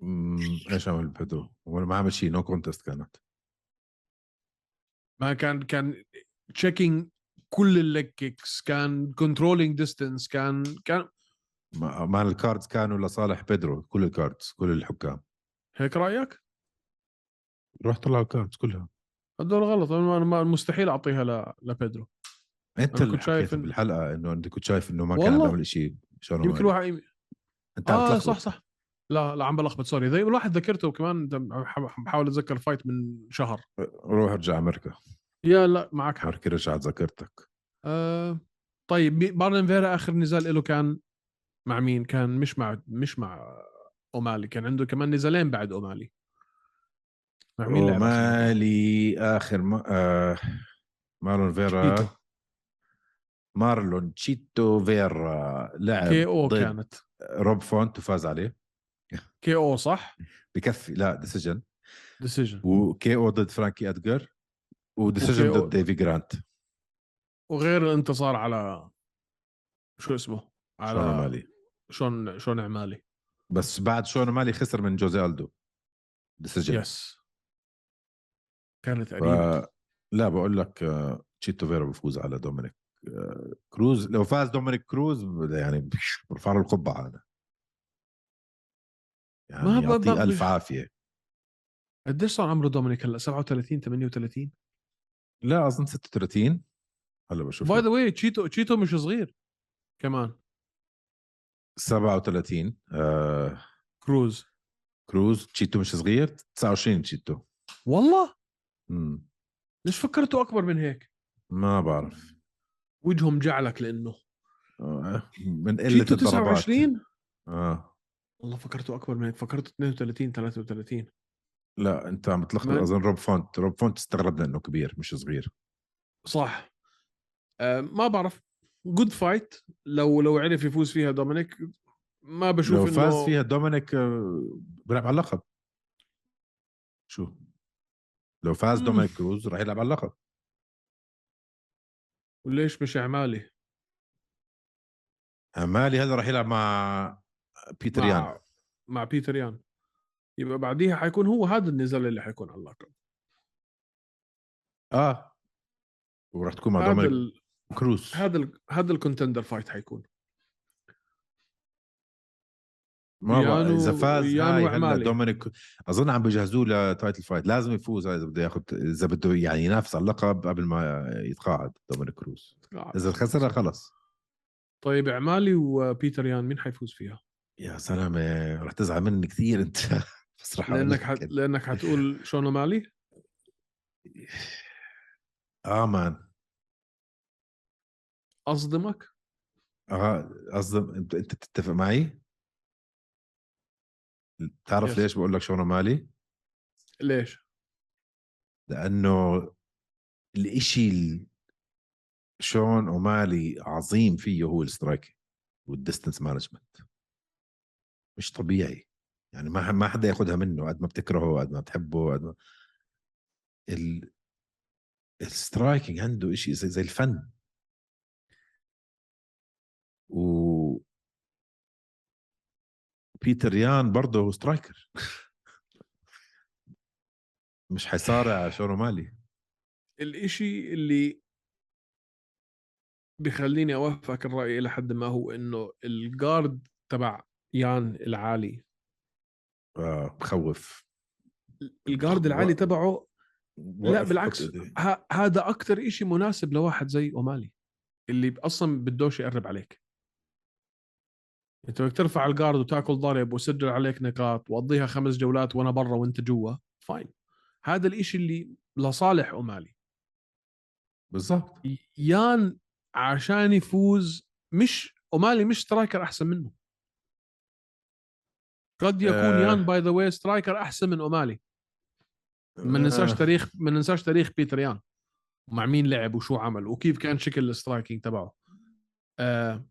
مم، ايش عمل بيدرو؟ ولا ما عمل شيء نو كونتست كانت
ما كان كان تشيكينج كل الليج كيكس كان كنترولينج ديستنس كان كان
ما ما الكاردز كانوا لصالح بيدرو كل الكاردز كل الحكام
هيك رايك؟
روح طلع الكاردز كلها
هدول غلط انا أنا ما- مستحيل اعطيها ل... لبيدرو
انت
أنا
اللي
كنت شايف
حكيت
إن-
بالحلقه انه انت كنت شايف انه ما كان عم
والله.
بيعمل شيء شلون
يمكن واحد
انت عم
اه
تلخبط.
صح صح لا لا عم بلخبط سوري زي الواحد ذكرته كمان عم بحاول اتذكر فايت من شهر
روح ارجع امريكا
يا لا معك حق
امريكا رجعت ذاكرتك
آه طيب مي- مارلين فيرا اخر نزال له كان مع مين كان مش مع مش مع اومالي كان عنده كمان نزالين بعد اومالي مع مين لعب آخر؟
ومالي اخر ما آه مارلون فيرا
تشيتو.
مارلون تشيتو فيرا لعب
كي او
ضد
كانت
روب فونت وفاز عليه
كي او صح
بكفي لا ديسيجن
ديسيجن
وكي او ضد فرانكي ادجر وديسيجن
وKO
ضد ديفي جرانت
وغير الانتصار على شو اسمه
على
على
مالي
شون شون عمالي
بس بعد شون مالي خسر من جوزي الدو ديسيجن
يس كانت
ف...
قريبه
لا بقول لك آه، تشيتو فيرا بفوز على دومينيك آه، كروز لو فاز دومينيك كروز ب- يعني بش- برفع له القبعه انا يعني
ما ب- ب-
يعطيه الف
مش-
عافيه
قديش صار عمره دومينيك هلا 37 38
لا اظن 36 هلا بشوف
باي
لك.
ذا واي تشيتو تشيتو مش صغير كمان
37 آه
كروز
كروز تشيتو مش صغير 29 تشيتو
والله
مم.
ليش فكرته اكبر من هيك
ما بعرف
وجههم جعلك لانه
آه، من قله
تشيتو
الضربات
29
اه
والله فكرته اكبر من هيك فكرته 32 33
لا انت عم تلخبط
ما-
اظن روب فونت روب فونت استغربنا انه كبير مش صغير
صح آه ما بعرف جود فايت لو لو عرف يفوز فيها دومينيك ما بشوف
لو
انه
فاز فيها دومينيك آه، بيلعب على اللقب شو لو فاز
مم.
دومينيك كروز راح يلعب على اللقب
وليش مش عمالي
امالي يعني هذا راح يلعب مع بيتر يان
مع, مع بيتر يان يبقى بعديها حيكون هو هذا النزال اللي حيكون على اللقب
اه وراح تكون مع
هذا
دومينيك
ال...
كروز
هذا ال... هذا الكونتندر فايت حيكون
ما بعرف
يانو-
اذا فاز
يانو
هاي هلا
وعمالي.
دومينيك اظن عم بجهزوه لتايتل فايت لازم يفوز هاي اذا بده ياخذ اذا بده يعني ينافس على اللقب قبل ما يتقاعد دومينيك كروز اذا خسرها خلص
طيب عمالي وبيتر يان مين حيفوز فيها؟
يا سلامة رح تزعل مني كثير انت بس رح أقول
لانك
لك.
حت... لانك حتقول شون مالي
اه مان
اصدمك
اه قصدي انت انت بتتفق معي؟ بتعرف
Yes.
ليش بقول لك شونه مالي؟
ليش؟
لانه الاشي ال- شون ومالي عظيم فيه هو السترايك والديستنس مانجمنت مش طبيعي يعني ما ما حدا ياخذها منه قد ما بتكرهه قد ما بتحبه قد ما ال... السترايكنج عنده شيء زي زي الفن و بيتر يان برضه هو سترايكر مش حيصارع شون ومالي
الاشي اللي بخليني اوافقك الراي الى حد ما هو انه الجارد تبع يان العالي
آه بخوف
الجارد العالي
و-
تبعه لا
وقف
بالعكس
قط إيديه.
ه- هذا اكثر إشي مناسب لواحد زي اومالي اللي اصلا بدوش يقرب عليك انت بدك ترفع الجارد وتاكل ضرب وسجل عليك نقاط وقضيها خمس جولات وانا برا وانت جوا فاين هذا الإشي اللي لصالح اومالي
بالضبط
يان عشان يفوز مش اومالي مش سترايكر احسن منه قد يكون
آه.
يان باي ذا واي سترايكر احسن من اومالي ما
آه.
ننساش تاريخ ما ننساش تاريخ بيتر يان مع مين لعب وشو عمل وكيف كان شكل السترايكينج تبعه آه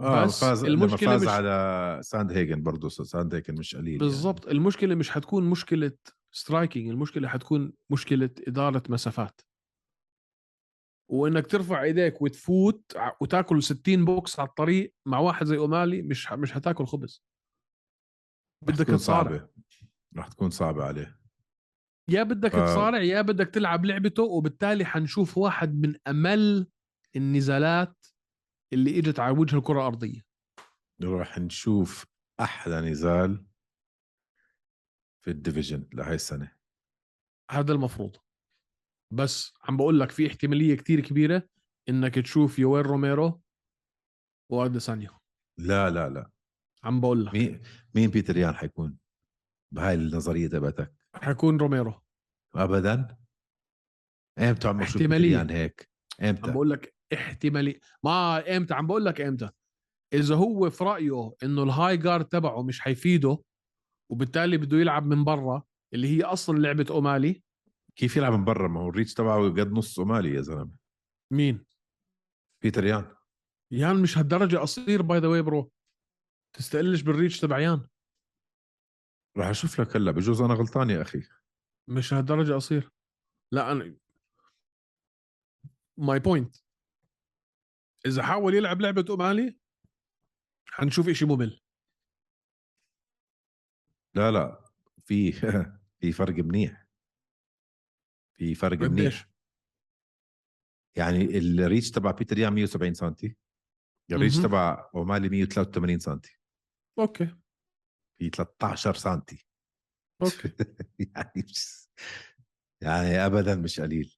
آه
بس
فاز
المشكلة
المشكله فاز
مش-
على ساند هيجن برضه ساند هيجن مش قليل يعني.
بالضبط المشكله مش حتكون مشكله سترايكينج المشكله حتكون مشكله اداره مسافات وانك ترفع ايديك وتفوت ع- وتاكل 60 بوكس على الطريق مع واحد زي اومالي مش ح- مش حتاكل خبز
يعني. رح
بدك
تكون
تصارع
صعبه رح تكون صعبه عليه
يا بدك
ف-
تصارع يا بدك تلعب لعبته وبالتالي حنشوف واحد من امل النزالات اللي اجت على وجه الكره الارضيه
رح نشوف احلى نزال في الديفيجن لهي السنه
هذا المفروض بس عم بقول لك في احتماليه كتير كبيره انك تشوف يويل روميرو واديسانيا
لا لا لا
عم بقول لك
مين مين بيتر يان حيكون بهاي النظريه تبعتك
حيكون روميرو
ابدا امتى عم بشوف بيتر
احتمالية.
يان هيك
عم
امتى
بقول لك احتمالي ما امتى عم بقول لك امتى اذا هو في رايه انه الهاي جارد تبعه مش حيفيده وبالتالي بده يلعب من برا اللي هي اصلا لعبه اومالي
كيف يلعب من برا ما هو الريتش تبعه قد نص صومالي يا زلمه
مين؟
بيتر يان
يان مش هالدرجه قصير باي ذا واي برو تستقلش بالريتش تبع يان
راح اشوف لك هلا بجوز انا غلطان يا اخي
مش هالدرجه قصير لا انا ماي بوينت اذا حاول يلعب لعبه اومالي حنشوف إشي ممل
لا لا في في فرق منيح في فرق
قديش؟
منيح يعني الريتش تبع بيتر يان 170 سم الريتش
مهم.
تبع اومالي 183 سم
اوكي
في 13 سم
اوكي
يعني مش- يعني ابدا مش قليل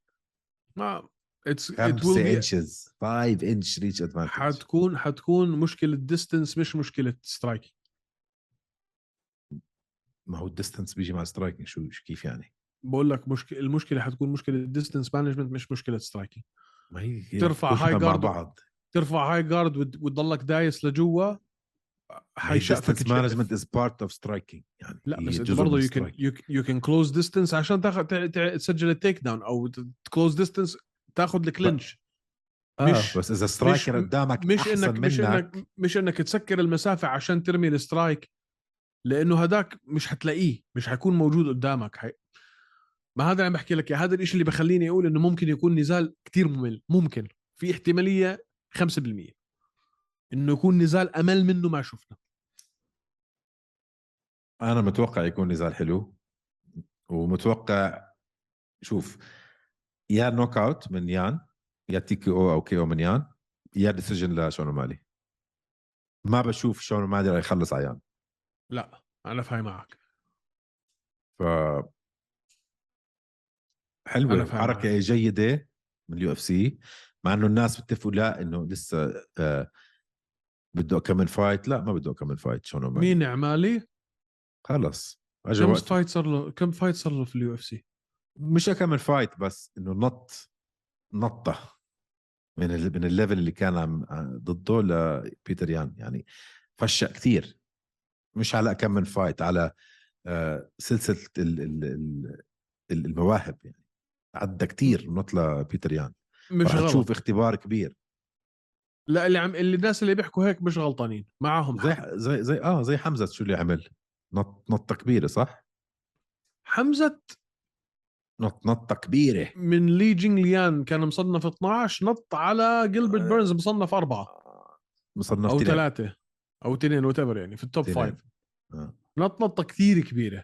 ما اتس ات
5
ويل
انشز 5 انش ريتش ادفانتج
حتكون حتكون مشكله ديستنس مش مشكله سترايك
ما هو الديستنس بيجي مع سترايكنج شو شو- كيف يعني
بقول لك مشكله المشكله حتكون مشكله ديستنس مانجمنت مش مشكله سترايكينج
ما هي هي
ترفع
كلها
high
مع
guard.
بعض
ترفع هاي جارد وت- وتضلك دايس لجوا
ديستنس
حيشقفك
مانجمنت از بارت اوف سترايكنج يعني
لا
هي
بس انت
جزء
برضه
من
يو كان
striking.
يو كان كلوز ديستنس عشان تاخذ تع- تع- تسجل التيك داون او كلوز ديستنس تاخذ الكلينش مش-
آه بس اذا سترايكر قدامك
مش
أحسن
انك مش
منك
انك مش انك تسكر المسافه عشان ترمي السترايك لانه هداك مش حتلاقيه مش حيكون موجود قدامك حي... ما هذا اللي عم بحكي لك إياه، هذا الشيء اللي بخليني اقول انه ممكن يكون نزال كتير ممل ممكن في احتماليه 5% انه يكون نزال امل منه ما شفنا
انا متوقع يكون نزال حلو ومتوقع شوف يا نوك اوت من يان يا تي كي او او كي او من يان يا ديسيجن لشون مالي ما بشوف شون مالي راح يخلص على يان
لا انا فاهم معك
ف حلوه
أنا فاهم
حركه جيده من اليو اف سي مع انه الناس بتتفقوا لا انه لسه آه بده كمان فايت لا ما بده كمان فايت شون مالي
مين عمالي
خلص اجى
كم
وقت
فايت صار له كم فايت صار له في اليو اف سي
مش اكمل فايت بس انه نط نطه من ال... من الليفل اللي كان عم آه، ضده لبيتر يان يعني فشق كثير مش على كم من فايت على آه، سلسله ال... ال... ال... ال- المواهب يعني عدى كثير نط لبيتر يان
مش
مش رح
غلط
تشوف اختبار كبير
لا اللي عم اللي الناس اللي بيحكوا هيك مش غلطانين معاهم
زي
حق.
زي زي اه زي حمزه شو اللي عمل نط نطه كبيره صح
حمزه
نط نطه كبيره
من لي جينغ ليان كان مصنف 12 نط على جيلبرت
آه.
بيرنز مصنف أربعة
مصنف
أو
تلاتة.
ثلاثة أو اثنين وات يعني في التوب
تنين.
فايف
آه.
نط نطة كثير كبيرة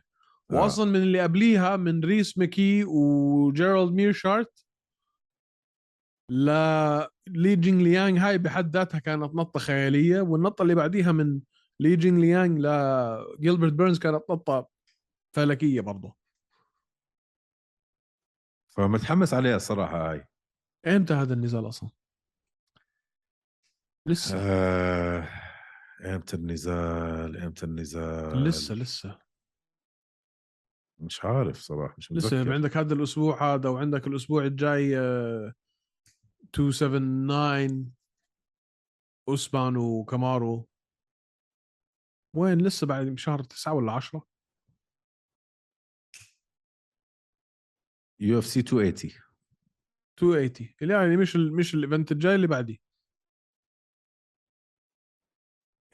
آه.
وأصلا من اللي قبليها من ريس مكي وجيرالد ميرشارت ل لي جينغ ليانغ هاي بحد ذاتها كانت نطة خيالية والنطة اللي بعديها من لي جينغ ليانغ لجيلبرت بيرنز كانت نطة فلكية برضه
فمتحمس عليها الصراحه هاي
امتى هذا النزال اصلا؟ لسه
آه، امتى النزال امتى النزال
لسه لسه
مش عارف صراحه مش
لسه
متذكر
يعني عندك هذا الاسبوع هذا وعندك الاسبوع الجاي آه، 279 اوسبان وكامارو وين لسه بعد شهر تسعة ولا عشرة
يو اف سي 280
280 اللي يعني مش ال مش الايفنت الجاي اللي بعديه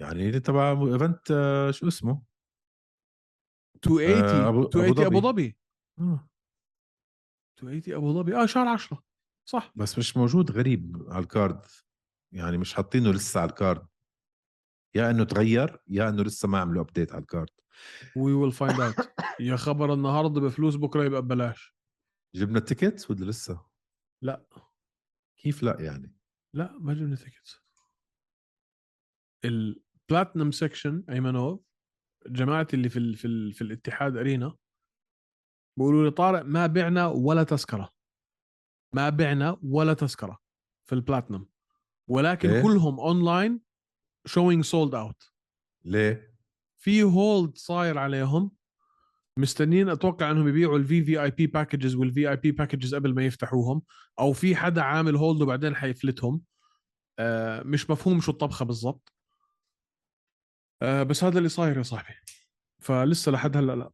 يعني اللي تبع ايفنت آه، شو اسمه
280
آه، أبو- أبو
280 ابو
ظبي.
ظبي
آه،
280 ابو ظبي اه شهر 10 صح
بس مش موجود غريب على الكارد يعني مش حاطينه لسه على الكارد يا انه تغير يا انه لسه ما عملوا ابديت على الكارد
وي ويل فايند اوت يا خبر النهارده بفلوس بكره يبقى ببلاش
جبنا التيكتس ولا لسه
لا
كيف لا يعني
لا ما جبنا تيكتس البلاتنم سكشن ايمنوف جماعتي اللي في ال في, ال في الاتحاد ارينا بيقولوا لي طارق ما بعنا ولا تذكره ما بعنا ولا تذكره في البلاتنم ولكن
إيه؟
إيه؟ كلهم اونلاين شوينج سولد اوت
ليه
في هولد صاير عليهم مستنيين اتوقع انهم يبيعوا الفي في اي بي باكجز والفي اي بي باكجز قبل ما يفتحوهم او في حدا عامل هولد وبعدين حيفلتهم آه، مش مفهوم شو الطبخه بالضبط آه بس هذا اللي صاير يا صاحبي فلسه لحد هلا لا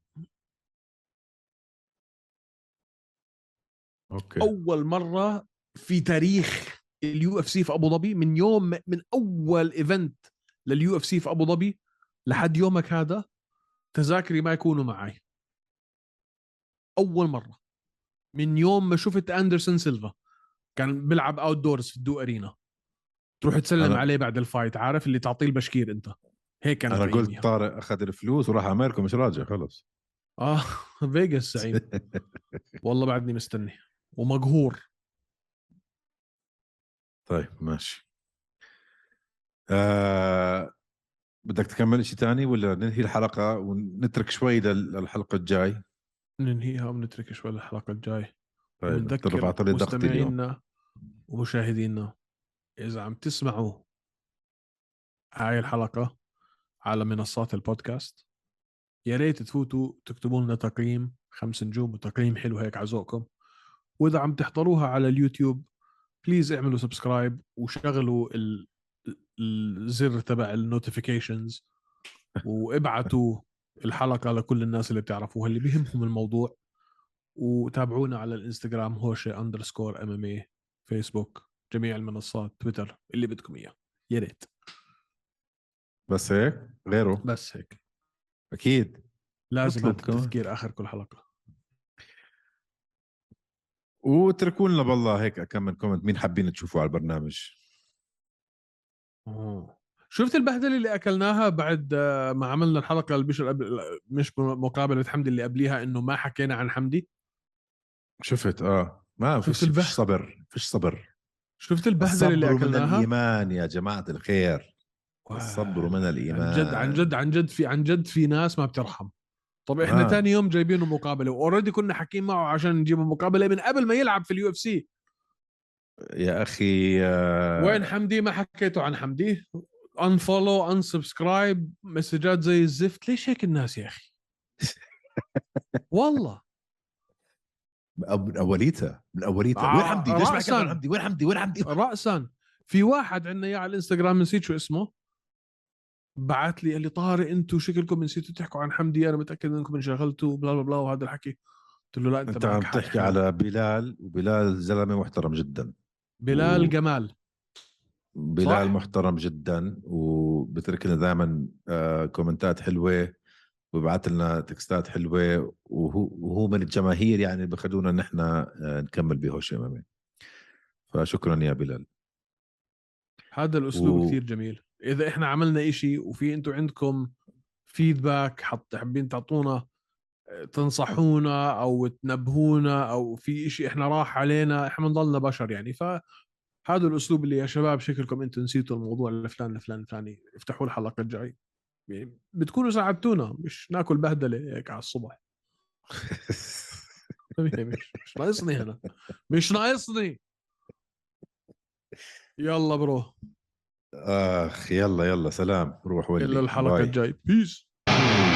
اوكي
اول مره في تاريخ اليو اف سي في ابو ظبي من يوم من اول ايفنت لليو اف سي في ابو ظبي لحد يومك هذا تذاكري ما يكونوا معي اول مره من يوم ما شفت اندرسون سيلفا كان بيلعب اوت دورز في الدو ارينا تروح تسلم
أنا-
عليه بعد الفايت عارف اللي تعطيه البشكير انت هيك كانت
انا
أياميها.
قلت طارق اخذ الفلوس وراح على امريكا مش راجع خلص
اه فيجاس زعيم والله بعدني مستني ومقهور
طيب ماشي آه بدك تكمل شيء تاني ولا ننهي الحلقه ونترك شوي لل- للحلقه الجاي
ننهيها ونترك شوي الحلقه الجاي
طيب
بنذكر
بتعرف على طريق ضغطي اليوم
مستمعينا ومشاهدينا اذا عم تسمعوا هاي الحلقه على منصات البودكاست يا ريت تفوتوا تكتبوا لنا تقييم خمس نجوم وتقييم حلو هيك على ذوقكم واذا عم تحضروها على اليوتيوب بليز اعملوا سبسكرايب وشغلوا ال- ال- الزر تبع النوتيفيكيشنز وابعتوا الحلقه لكل الناس اللي بتعرفوها اللي بيهمهم الموضوع وتابعونا على الانستغرام هوشه اندرسكور ام ام اي فيسبوك جميع المنصات تويتر اللي بدكم اياه يا ريت
بس هيك غيره
بس هيك
اكيد
لازم
مطلوب كمان.
التذكير اخر كل حلقه
واتركوا لنا بالله هيك كم من كومنت مين حابين تشوفوا على البرنامج
آه. شفت البهدله اللي اكلناها بعد آه، ما عملنا الحلقه اللي مش قبل مش مقابله حمدي اللي قبليها انه ما حكينا عن حمدي
شفت اه ما
شفت
فيش
البه-
فيش صبر فيش صبر
شفت البهدله اللي
الصبر من
اكلناها
الايمان يا جماعه الخير
واه.
الصبر من الايمان
عن جد عن جد عن جد في عن جد في ناس ما بترحم طب احنا
آه.
آه. تاني يوم جايبينه مقابله واوريدي كنا حاكيين معه عشان نجيبه مقابله من قبل ما يلعب في اليو اف سي
يا اخي آه،
وين حمدي ما حكيتوا عن حمدي انفولو انسبسكرايب مسجات زي الزفت ليش هيك الناس يا اخي والله
من اوليتها من اوليتها
آه،
وين حمدي ليش ما حكيت
رأساً.
عن حمدي وين حمدي وين حمدي
راسا في واحد عندنا اياه على الانستغرام نسيت شو اسمه بعت لي قال لي طارق انتوا شكلكم نسيتوا تحكوا عن حمدي انا متاكد انكم انشغلتوا بلا بلا بلا وهذا الحكي قلت له لا انت,
انت
معك
عم
حق
تحكي
حمدي.
على بلال وبلال زلمه محترم جدا و-
بلال جمال
بلال
صح؟
محترم جدا وبترك لنا دائما آه، كومنتات حلوه وببعث لنا تكستات حلوه وهو وهو من الجماهير يعني اللي بخلونا نحن آه، نكمل بهوش امامي فشكرا يا بلال
هذا الاسلوب
و-
و... كثير جميل اذا احنا عملنا إشي وفي انتم عندكم فيدباك حط حابين تعطونا آه، تنصحونا او تنبهونا او في إشي احنا راح علينا احنا بنضلنا بشر يعني فهذا الاسلوب اللي يا شباب شكلكم انتم نسيتوا الموضوع الفلان الفلان الفلاني افتحوا الحلقه الجاي يعني بتكونوا ساعدتونا مش ناكل بهدله هيك على الصبح يعني مش, مش ناقصني انا مش ناقصني يلا برو
اخ يلا يلا سلام روح وين
الى الحلقه الجاي بيس